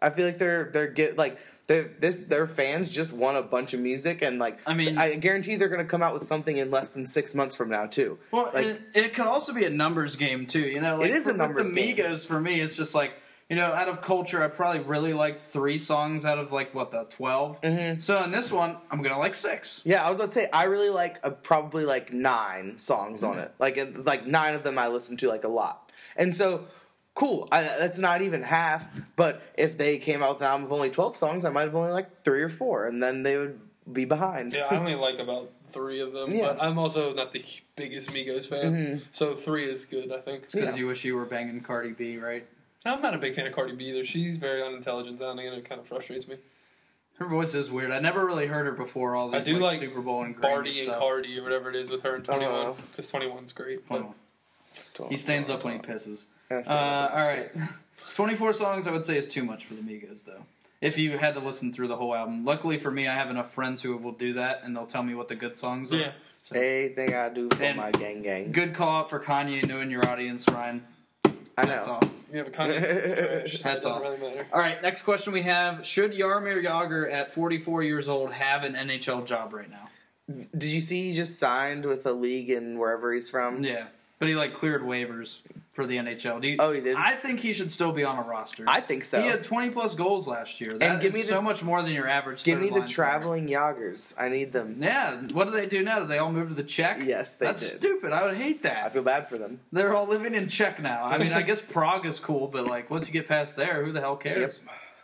C: I feel like they're they're get like they're, this their fans just want a bunch of music and like
B: I mean-
C: I guarantee they're gonna come out with something in less than six months from now too.
B: Well,
C: like,
B: it, it could also be a numbers game too. You know, like
C: is
B: for-
C: a
B: with
C: numbers
B: the
C: game.
B: Migos for me. It's just like you know, out of culture, I probably really liked three songs out of like what the 12 Mm-hmm. So in this one, I'm gonna like six.
C: Yeah, I was gonna say I really like uh, probably like nine songs
B: Mm-hmm.
C: on it. Like it- like nine of them I listen to like a lot, and so cool. I, that's not even half. But if they came out with an album of only twelve songs, I might have only liked three or four, and then they would be behind. (laughs)
D: Yeah, I only like about three of them,
C: Yeah. Mm-hmm.
D: but I'm also not the h- biggest Migos fan, so three is good, I think.
B: Because
C: Yeah.
B: you wish you were banging Cardi B, right?
D: I'm not a big fan of Cardi B either. She's very unintelligent sounding, and it kind of frustrates me.
B: Her voice is weird. I never really heard her before all these
D: I do
B: like,
D: like
B: Super Bowl and Grammy
D: Barty and
B: stuff.
D: Cardi or whatever it is with her and 21,
C: know.
D: because 21's great. But
B: Hold on. He stands up when he pisses.
C: Yeah, so-
B: Uh, all right, (laughs) twenty-four songs I would say is too much for the Migos, though. If you had to listen through the whole album, luckily for me, I have enough friends who will do that, and they'll tell me what the good songs are.
D: Yeah.
B: So,
C: Anything I do for
B: And-
C: my gang gang.
B: Good call out for Kanye knowing your audience, Ryan.
C: I know.
B: That's all.
D: yeah,
C: (laughs)
D: but Kanye's trash. so it
B: That's
D: doesn't
B: all.
D: really matter.
B: All right, next question we have: Should Yarmir Yager at 44 years old have an NHL job right now?
C: Did you see he just signed with a league in wherever he's from?
B: Yeah, but he like cleared waivers for the NHL. Do you,
C: Oh, he did?
B: I think he should still be on a roster.
C: I think so.
B: He had 20 plus goals last year. That
C: give
B: is
C: me the-
B: so much more than your average.
C: Give me
B: third
C: the
B: line
C: traveling Yoggers. I need them.
B: player. Yeah, what do they do now? Do they all move to the Czech?
C: Yes, they
B: That's
C: did.
B: stupid. I would hate
C: I
B: that.
C: feel bad for them.
B: They're all living in Czech now. I
C: (laughs)
B: mean, I guess Prague is cool, but like once you get past there, who the hell cares?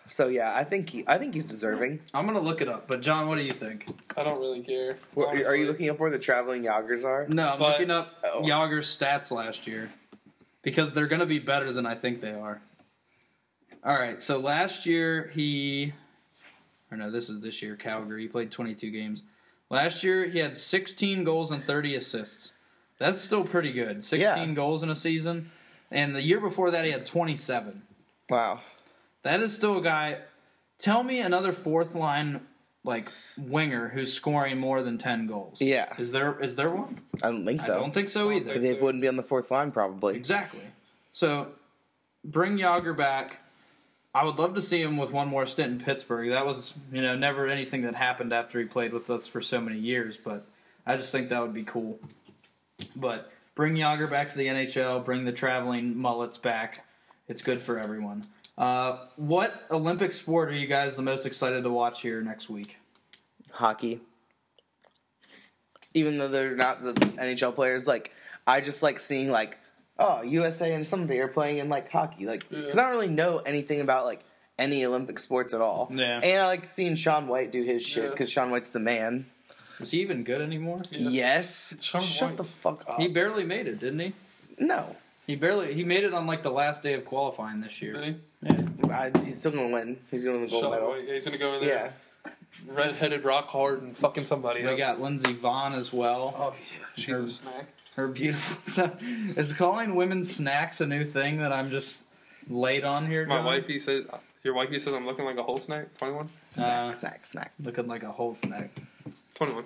C: So yeah, I think he, I think he's deserving.
B: I'm gonna look it up. But John, what do you think?
D: I don't really care.
C: What, are
D: honestly.
C: you looking up where the traveling Yoggers are?
B: No, I'm
D: But-
B: looking up
C: Oh.
B: Yager's stats last year because they're going to be better than I think they are. All right, so last year he, or no, this is this year Calgary. He played 22 games. Last year he had 16 goals and 30 assists. That's still pretty good. 16
C: Yeah.
B: goals in a season, and the year before that he had 27.
C: Wow.
B: That is still a guy. Tell me another fourth line like winger who's scoring more than 10 goals.
C: Yeah.
B: is there is there one?
C: I don't think
B: I
C: so.
B: don't think so
D: Well,
B: either.
C: they
D: they-
C: wouldn't be on the fourth line probably.
B: Exactly. So bring Yager back. I would love to see him with one more stint in Pittsburgh. That was, you know, never anything that happened after he played with us for so many years, but I just think that would be cool. But bring Yager back to the NHL, bring the traveling mullets back. It's good for everyone. Uh, what Olympic sport are you guys the most excited to watch here next week?
C: Hockey. Even though they're not the NHL players, like I just like seeing like oh USA and somebody are playing in like hockey, like because I don't really know anything about like any Olympic sports at all.
B: Yeah.
C: And I like seeing Sean White do his shit
D: Yeah.
C: because Sean White's the man.
B: Is he even good anymore?
D: Yeah.
C: Yes.
D: Sean
C: Shut
D: White.
C: the fuck up.
B: He barely made it, didn't he?
C: no.
B: He barely he made it on like the last day of qualifying this year.
D: Really?
B: Yeah.
C: I, he's still gonna win. He's gonna win the gold
D: Sean
C: medal.
D: White, he's gonna go in
C: Yeah.
D: there, red-headed, rock hard, and fucking somebody.
B: We
D: up.
B: got Lindsey Vaughn as well.
D: Oh yeah, she's a snack.
B: Her beautiful. (laughs) So, is calling women snacks a new thing that I'm just late on here?
D: My
B: John?
D: wifey said, "Your wifey says I'm looking like a whole snack." 21?
B: Uh,
C: Snack, snack, snack.
B: looking like a whole snack.
D: 21.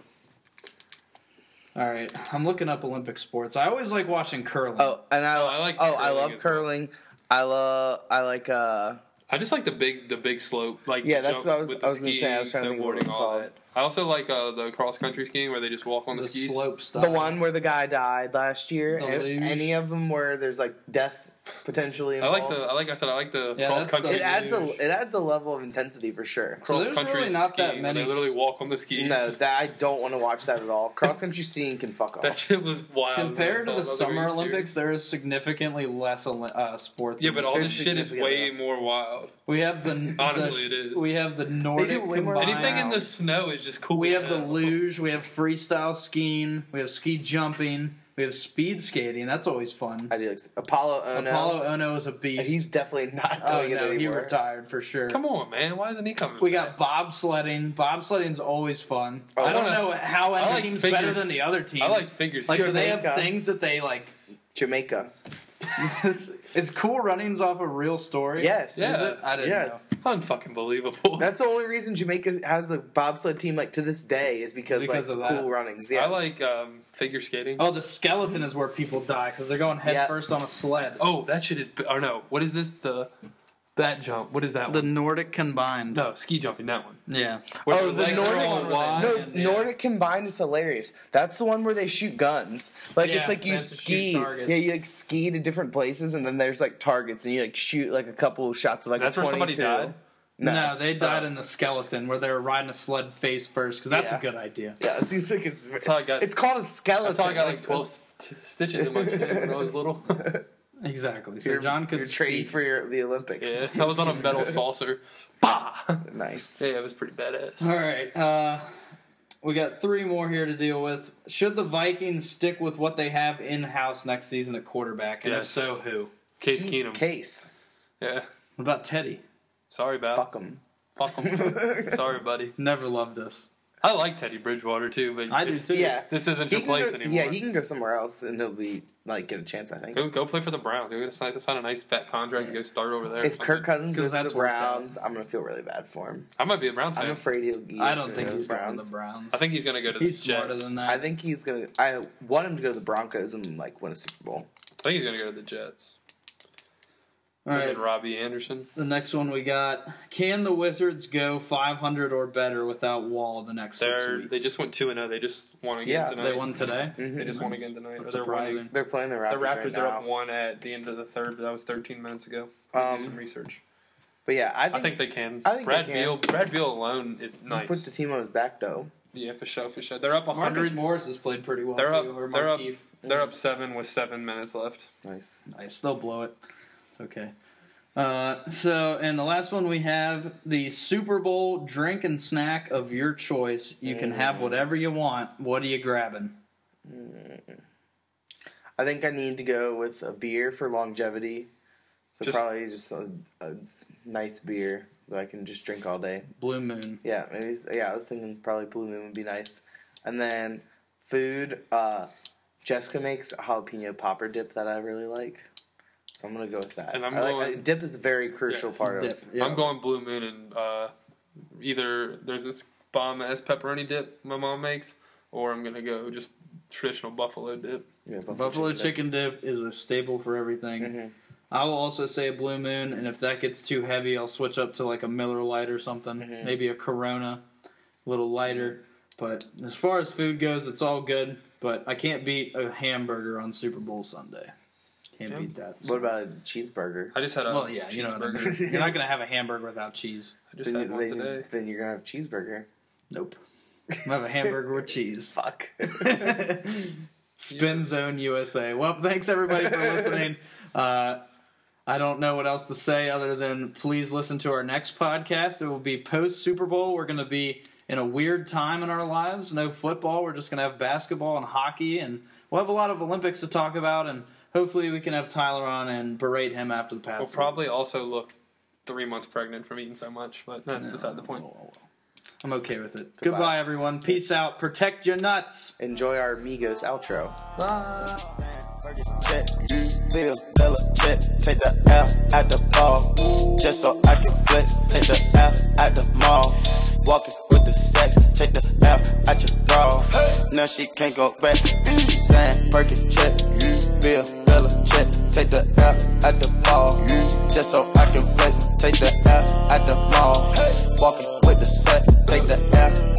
B: All right, I'm looking up Olympic sports. I always like watching curling.
C: Oh, and I,
D: Oh,
C: I
D: I
C: like.
D: like
C: Oh, I
D: curling
C: love
D: as well.
C: curling. I love. I like. uh
D: I just like the big, the big slope, like
C: Yeah, that's
D: jump
C: what I was-
D: with the
C: I was gonna say, I was
D: skiing,
C: trying to think of what
D: snowboarding,
C: it's
D: all
C: called.
D: that. I also like uh, the cross country skiing where they just walk on
B: the
D: the, skis.
B: slope stuff.
C: The one where the guy died last year.
B: The
C: A-
B: luge.
C: Any of them where there's like death potentially
D: I
C: involved.
D: like the, I like I said, I like the
B: Yeah,
D: cross
B: that's the-
D: country.
C: It adds a.
B: luge.
C: It adds a level of intensity for sure.
B: So
D: cross
B: there's
D: country
B: really not that
D: skiing where
B: many
D: They literally
B: s-
D: walk on the skis.
C: No, that I don't want to watch that at all. Cross country skiing can fuck
D: (laughs) that
C: off.
D: shit was wild.
B: Compared to
D: That
B: the
D: was all
B: Summer
D: about the weird
B: Olympics, there is significantly less Oli- uh, sports.
D: series. Yeah, but all
C: There's
D: this shit is
C: significant
D: way
C: amounts.
D: more wild.
B: we have the
D: Honestly,
B: the-
D: it is.
B: We have the Nordic
C: way more-
B: combined.
D: Anything in the
C: Wow.
D: snow is just cool.
B: We
D: as
B: have the
D: hell.
B: luge, we have freestyle skiing, we have ski jumping, we have speed skating. That's always fun.
C: I do like Apollo Ono.
B: Apollo Ono is a beast.
C: He's definitely not
B: oh
C: doing it
B: no, he
C: anymore.
B: retired for sure.
D: Come on, man. Why isn't he coming?
B: We
D: back?
B: got bobsledding. Bobsledding's always fun.
C: Oh,
B: I don't
D: I-
B: know how any
D: I like
B: team's
D: figures.
B: better than the other team.
D: I like figure
B: Like, do
D: skating.
B: they have
C: Jamaica.
B: things that they like? (laughs)
C: Jamaica.
B: is, is cool runnings off a real story?
C: Yes.
B: Is
D: Yeah.
B: it? I didn't
C: Yes.
D: Unfucking believable.
C: That's the only reason Jamaica has a bobsled team like to this day is because,
B: Because of
C: like
B: that.
C: cool runnings. Yeah.
D: I like um, figure skating.
B: know. Oh, the skeleton is where people die because they're going head
C: Yeah.
B: first on a sled.
D: Oh, that shit is. bi- Or no, what is this? The That jump. What is that
B: The
D: one?
B: Nordic combined.
D: No, ski jumping. That one.
B: Yeah.
D: Where
C: Oh,
D: their
C: the
D: legs are
C: Nordic
D: all
B: one
D: wide.
C: No,
B: And, yeah.
C: Nordic combined is hilarious. That's the one where they shoot guns. Like
B: Yeah,
C: it's like
B: they
C: you
B: have to shoot
C: ski.
B: targets.
C: Yeah, you like ski to different places, and then there's like targets, and you like shoot like a couple shots of like.
D: That's
C: a
D: where somebody
C: 22.
D: died?
C: No,
B: No, they died
C: Oh.
B: in the skeleton where they were riding a sled face first because that's
C: Yeah.
B: a good idea.
C: (laughs) Yeah, it's, it's like it's.
D: how I got-
C: it's called a skeleton.
D: I thought I got like twelve st- stitches in my chin when I
B: (laughs)
D: was little.
B: Exactly. So
C: You're,
B: John could
C: you're training
B: speak.
C: for your, the Olympics.
D: yeah, I was on a metal saucer. Bah.
B: (laughs)
C: Nice.
D: Yeah, it was pretty badass.
B: All right. Uh, we got three more here to deal with. Should the Vikings stick with what they have in house next season at quarterback? And
D: Yes.
B: if so, who?
D: Case Keenum.
C: Case.
D: Yeah.
B: What about Teddy?
D: Sorry, Bob.
C: Fuck him.
D: Fuck
B: (laughs)
D: him. Sorry, buddy.
B: Never loved us.
D: I like Teddy Bridgewater too, but
B: I do
D: it's-
B: too.
C: Yeah.
D: this isn't
C: He can
D: your
C: go-
D: place anymore.
C: Yeah, he can go somewhere else, and he'll be like get a chance. I think.
D: go, go play for the Browns. Go get a sign, sign a nice fat contract and go start over there. or
C: If Kirk
D: something.
C: Cousins goes to the
B: that's worked out.
C: Browns, I'm gonna feel really bad for him.
D: I might be a Browns fan.
C: I'm
D: i
C: afraid he'll. He's
B: I
C: gonna
B: don't think
C: go to
B: he's
C: the
B: going to the Browns.
D: think he's gonna go to
B: He's
D: the Jets.
B: smarter than that.
C: I think he's gonna. I want him to go to the Broncos and like win a Super Bowl.
D: I think he's gonna go to the Jets.
B: All
D: And
B: right.
D: then Robbie Anderson.
B: The next one we got: Can the Wizards go 500 or better without Wall the next six
D: They're
B: weeks?
D: they just went two and zero. They just won again
C: Yeah,
D: tonight.
B: they won today.
D: They just won again tonight.
B: That's
D: They're winning.
B: surprising.
C: They're playing the
D: The
C: Raptors,
D: Mm-hmm. Raptors
C: right
D: are up
C: now.
D: one at the end of the third, but that was 13 minutes ago. We
C: Um,
D: do some research.
C: But yeah, I
D: I
C: think,
D: think they can.
C: I think
D: Brad
C: they can.
D: Beal. Brad Beal alone is
C: he
D: nice.
C: put the team on his back though.
D: Yeah, for sure, for sure. They're up
B: Marcus
D: 100.
B: Morris has played pretty well.
D: They're
B: too,
D: up.
B: or
D: They're up.
B: Markeith.
D: They're up seven with seven minutes left.
C: Nice.
B: Nice. They'll blow it. It's okay. Uh, so, and the last one we have the Super Bowl drink and snack of your choice. You can
D: Mm.
B: have whatever you want. What are you grabbing?
C: I think I need to go with a beer for longevity. So
D: Just-
C: probably just a, a nice beer that I can just drink all day.
B: Blue Moon.
C: Yeah, maybe. it's- Yeah, I was thinking probably Blue Moon would be nice. And then food. Uh, Jessica makes a jalapeno popper dip that I really like, so I'm gonna go with that.
D: And I'm
C: I like-
D: going-
C: uh, dip is a very crucial
D: Yeah,
C: part
B: Dip.
C: of.
B: Yeah.
D: I'm going Blue Moon and uh, either there's this bomb ass pepperoni dip my mom makes, or I'm gonna go just traditional buffalo dip.
C: Yeah, buffalo,
B: Buffalo
C: dip.
B: chicken dip is a staple for everything. I will also say a Blue Moon, and if that gets too heavy, I'll switch up to like a Miller Light or something. Maybe a Corona, a little lighter. But as far as food goes, it's all good. But I can't beat a hamburger on Super Bowl Sunday. Can't
D: Yeah.
B: beat that.
C: What about a cheeseburger?
D: I just had a
B: well, yeah, you know what I mean.
D: cheeseburger.
B: You're not gonna have a hamburger without cheese.
D: I just
C: Then,
D: had
C: you-
D: one
C: then you-
D: today.
C: then you're gonna have cheeseburger.
B: Nope. I have a hamburger with cheese.
C: Fuck. (laughs)
B: (laughs) Spin Zone USA. Well, thanks everybody for
D: (laughs)
B: listening. Uh, I don't know what else to say other than please listen to our next podcast. It will be post Super Bowl. We're going to be in a weird time in our lives. No football. We're just going to have basketball and hockey, and we'll have a lot of Olympics to talk about. And hopefully, we can have Tyler on and berate him after the pass.
D: We'll probably also look three months pregnant from eating so much, but that's beside the point.
B: I'm okay with it.
C: Goodbye.
B: Goodbye everyone. Peace out. Protect your nuts.
C: Enjoy our Migos outro.
E: check, Bill Bella check, take the L out the ball, just so I can flex, take the L out the mall, walking with the sex, take the L out your bra, now she can't go back, Sam Perkin check, Bill Bella check, take the L out the ball, just so I can flex, take the L out the mall, walking with the sex, take the L out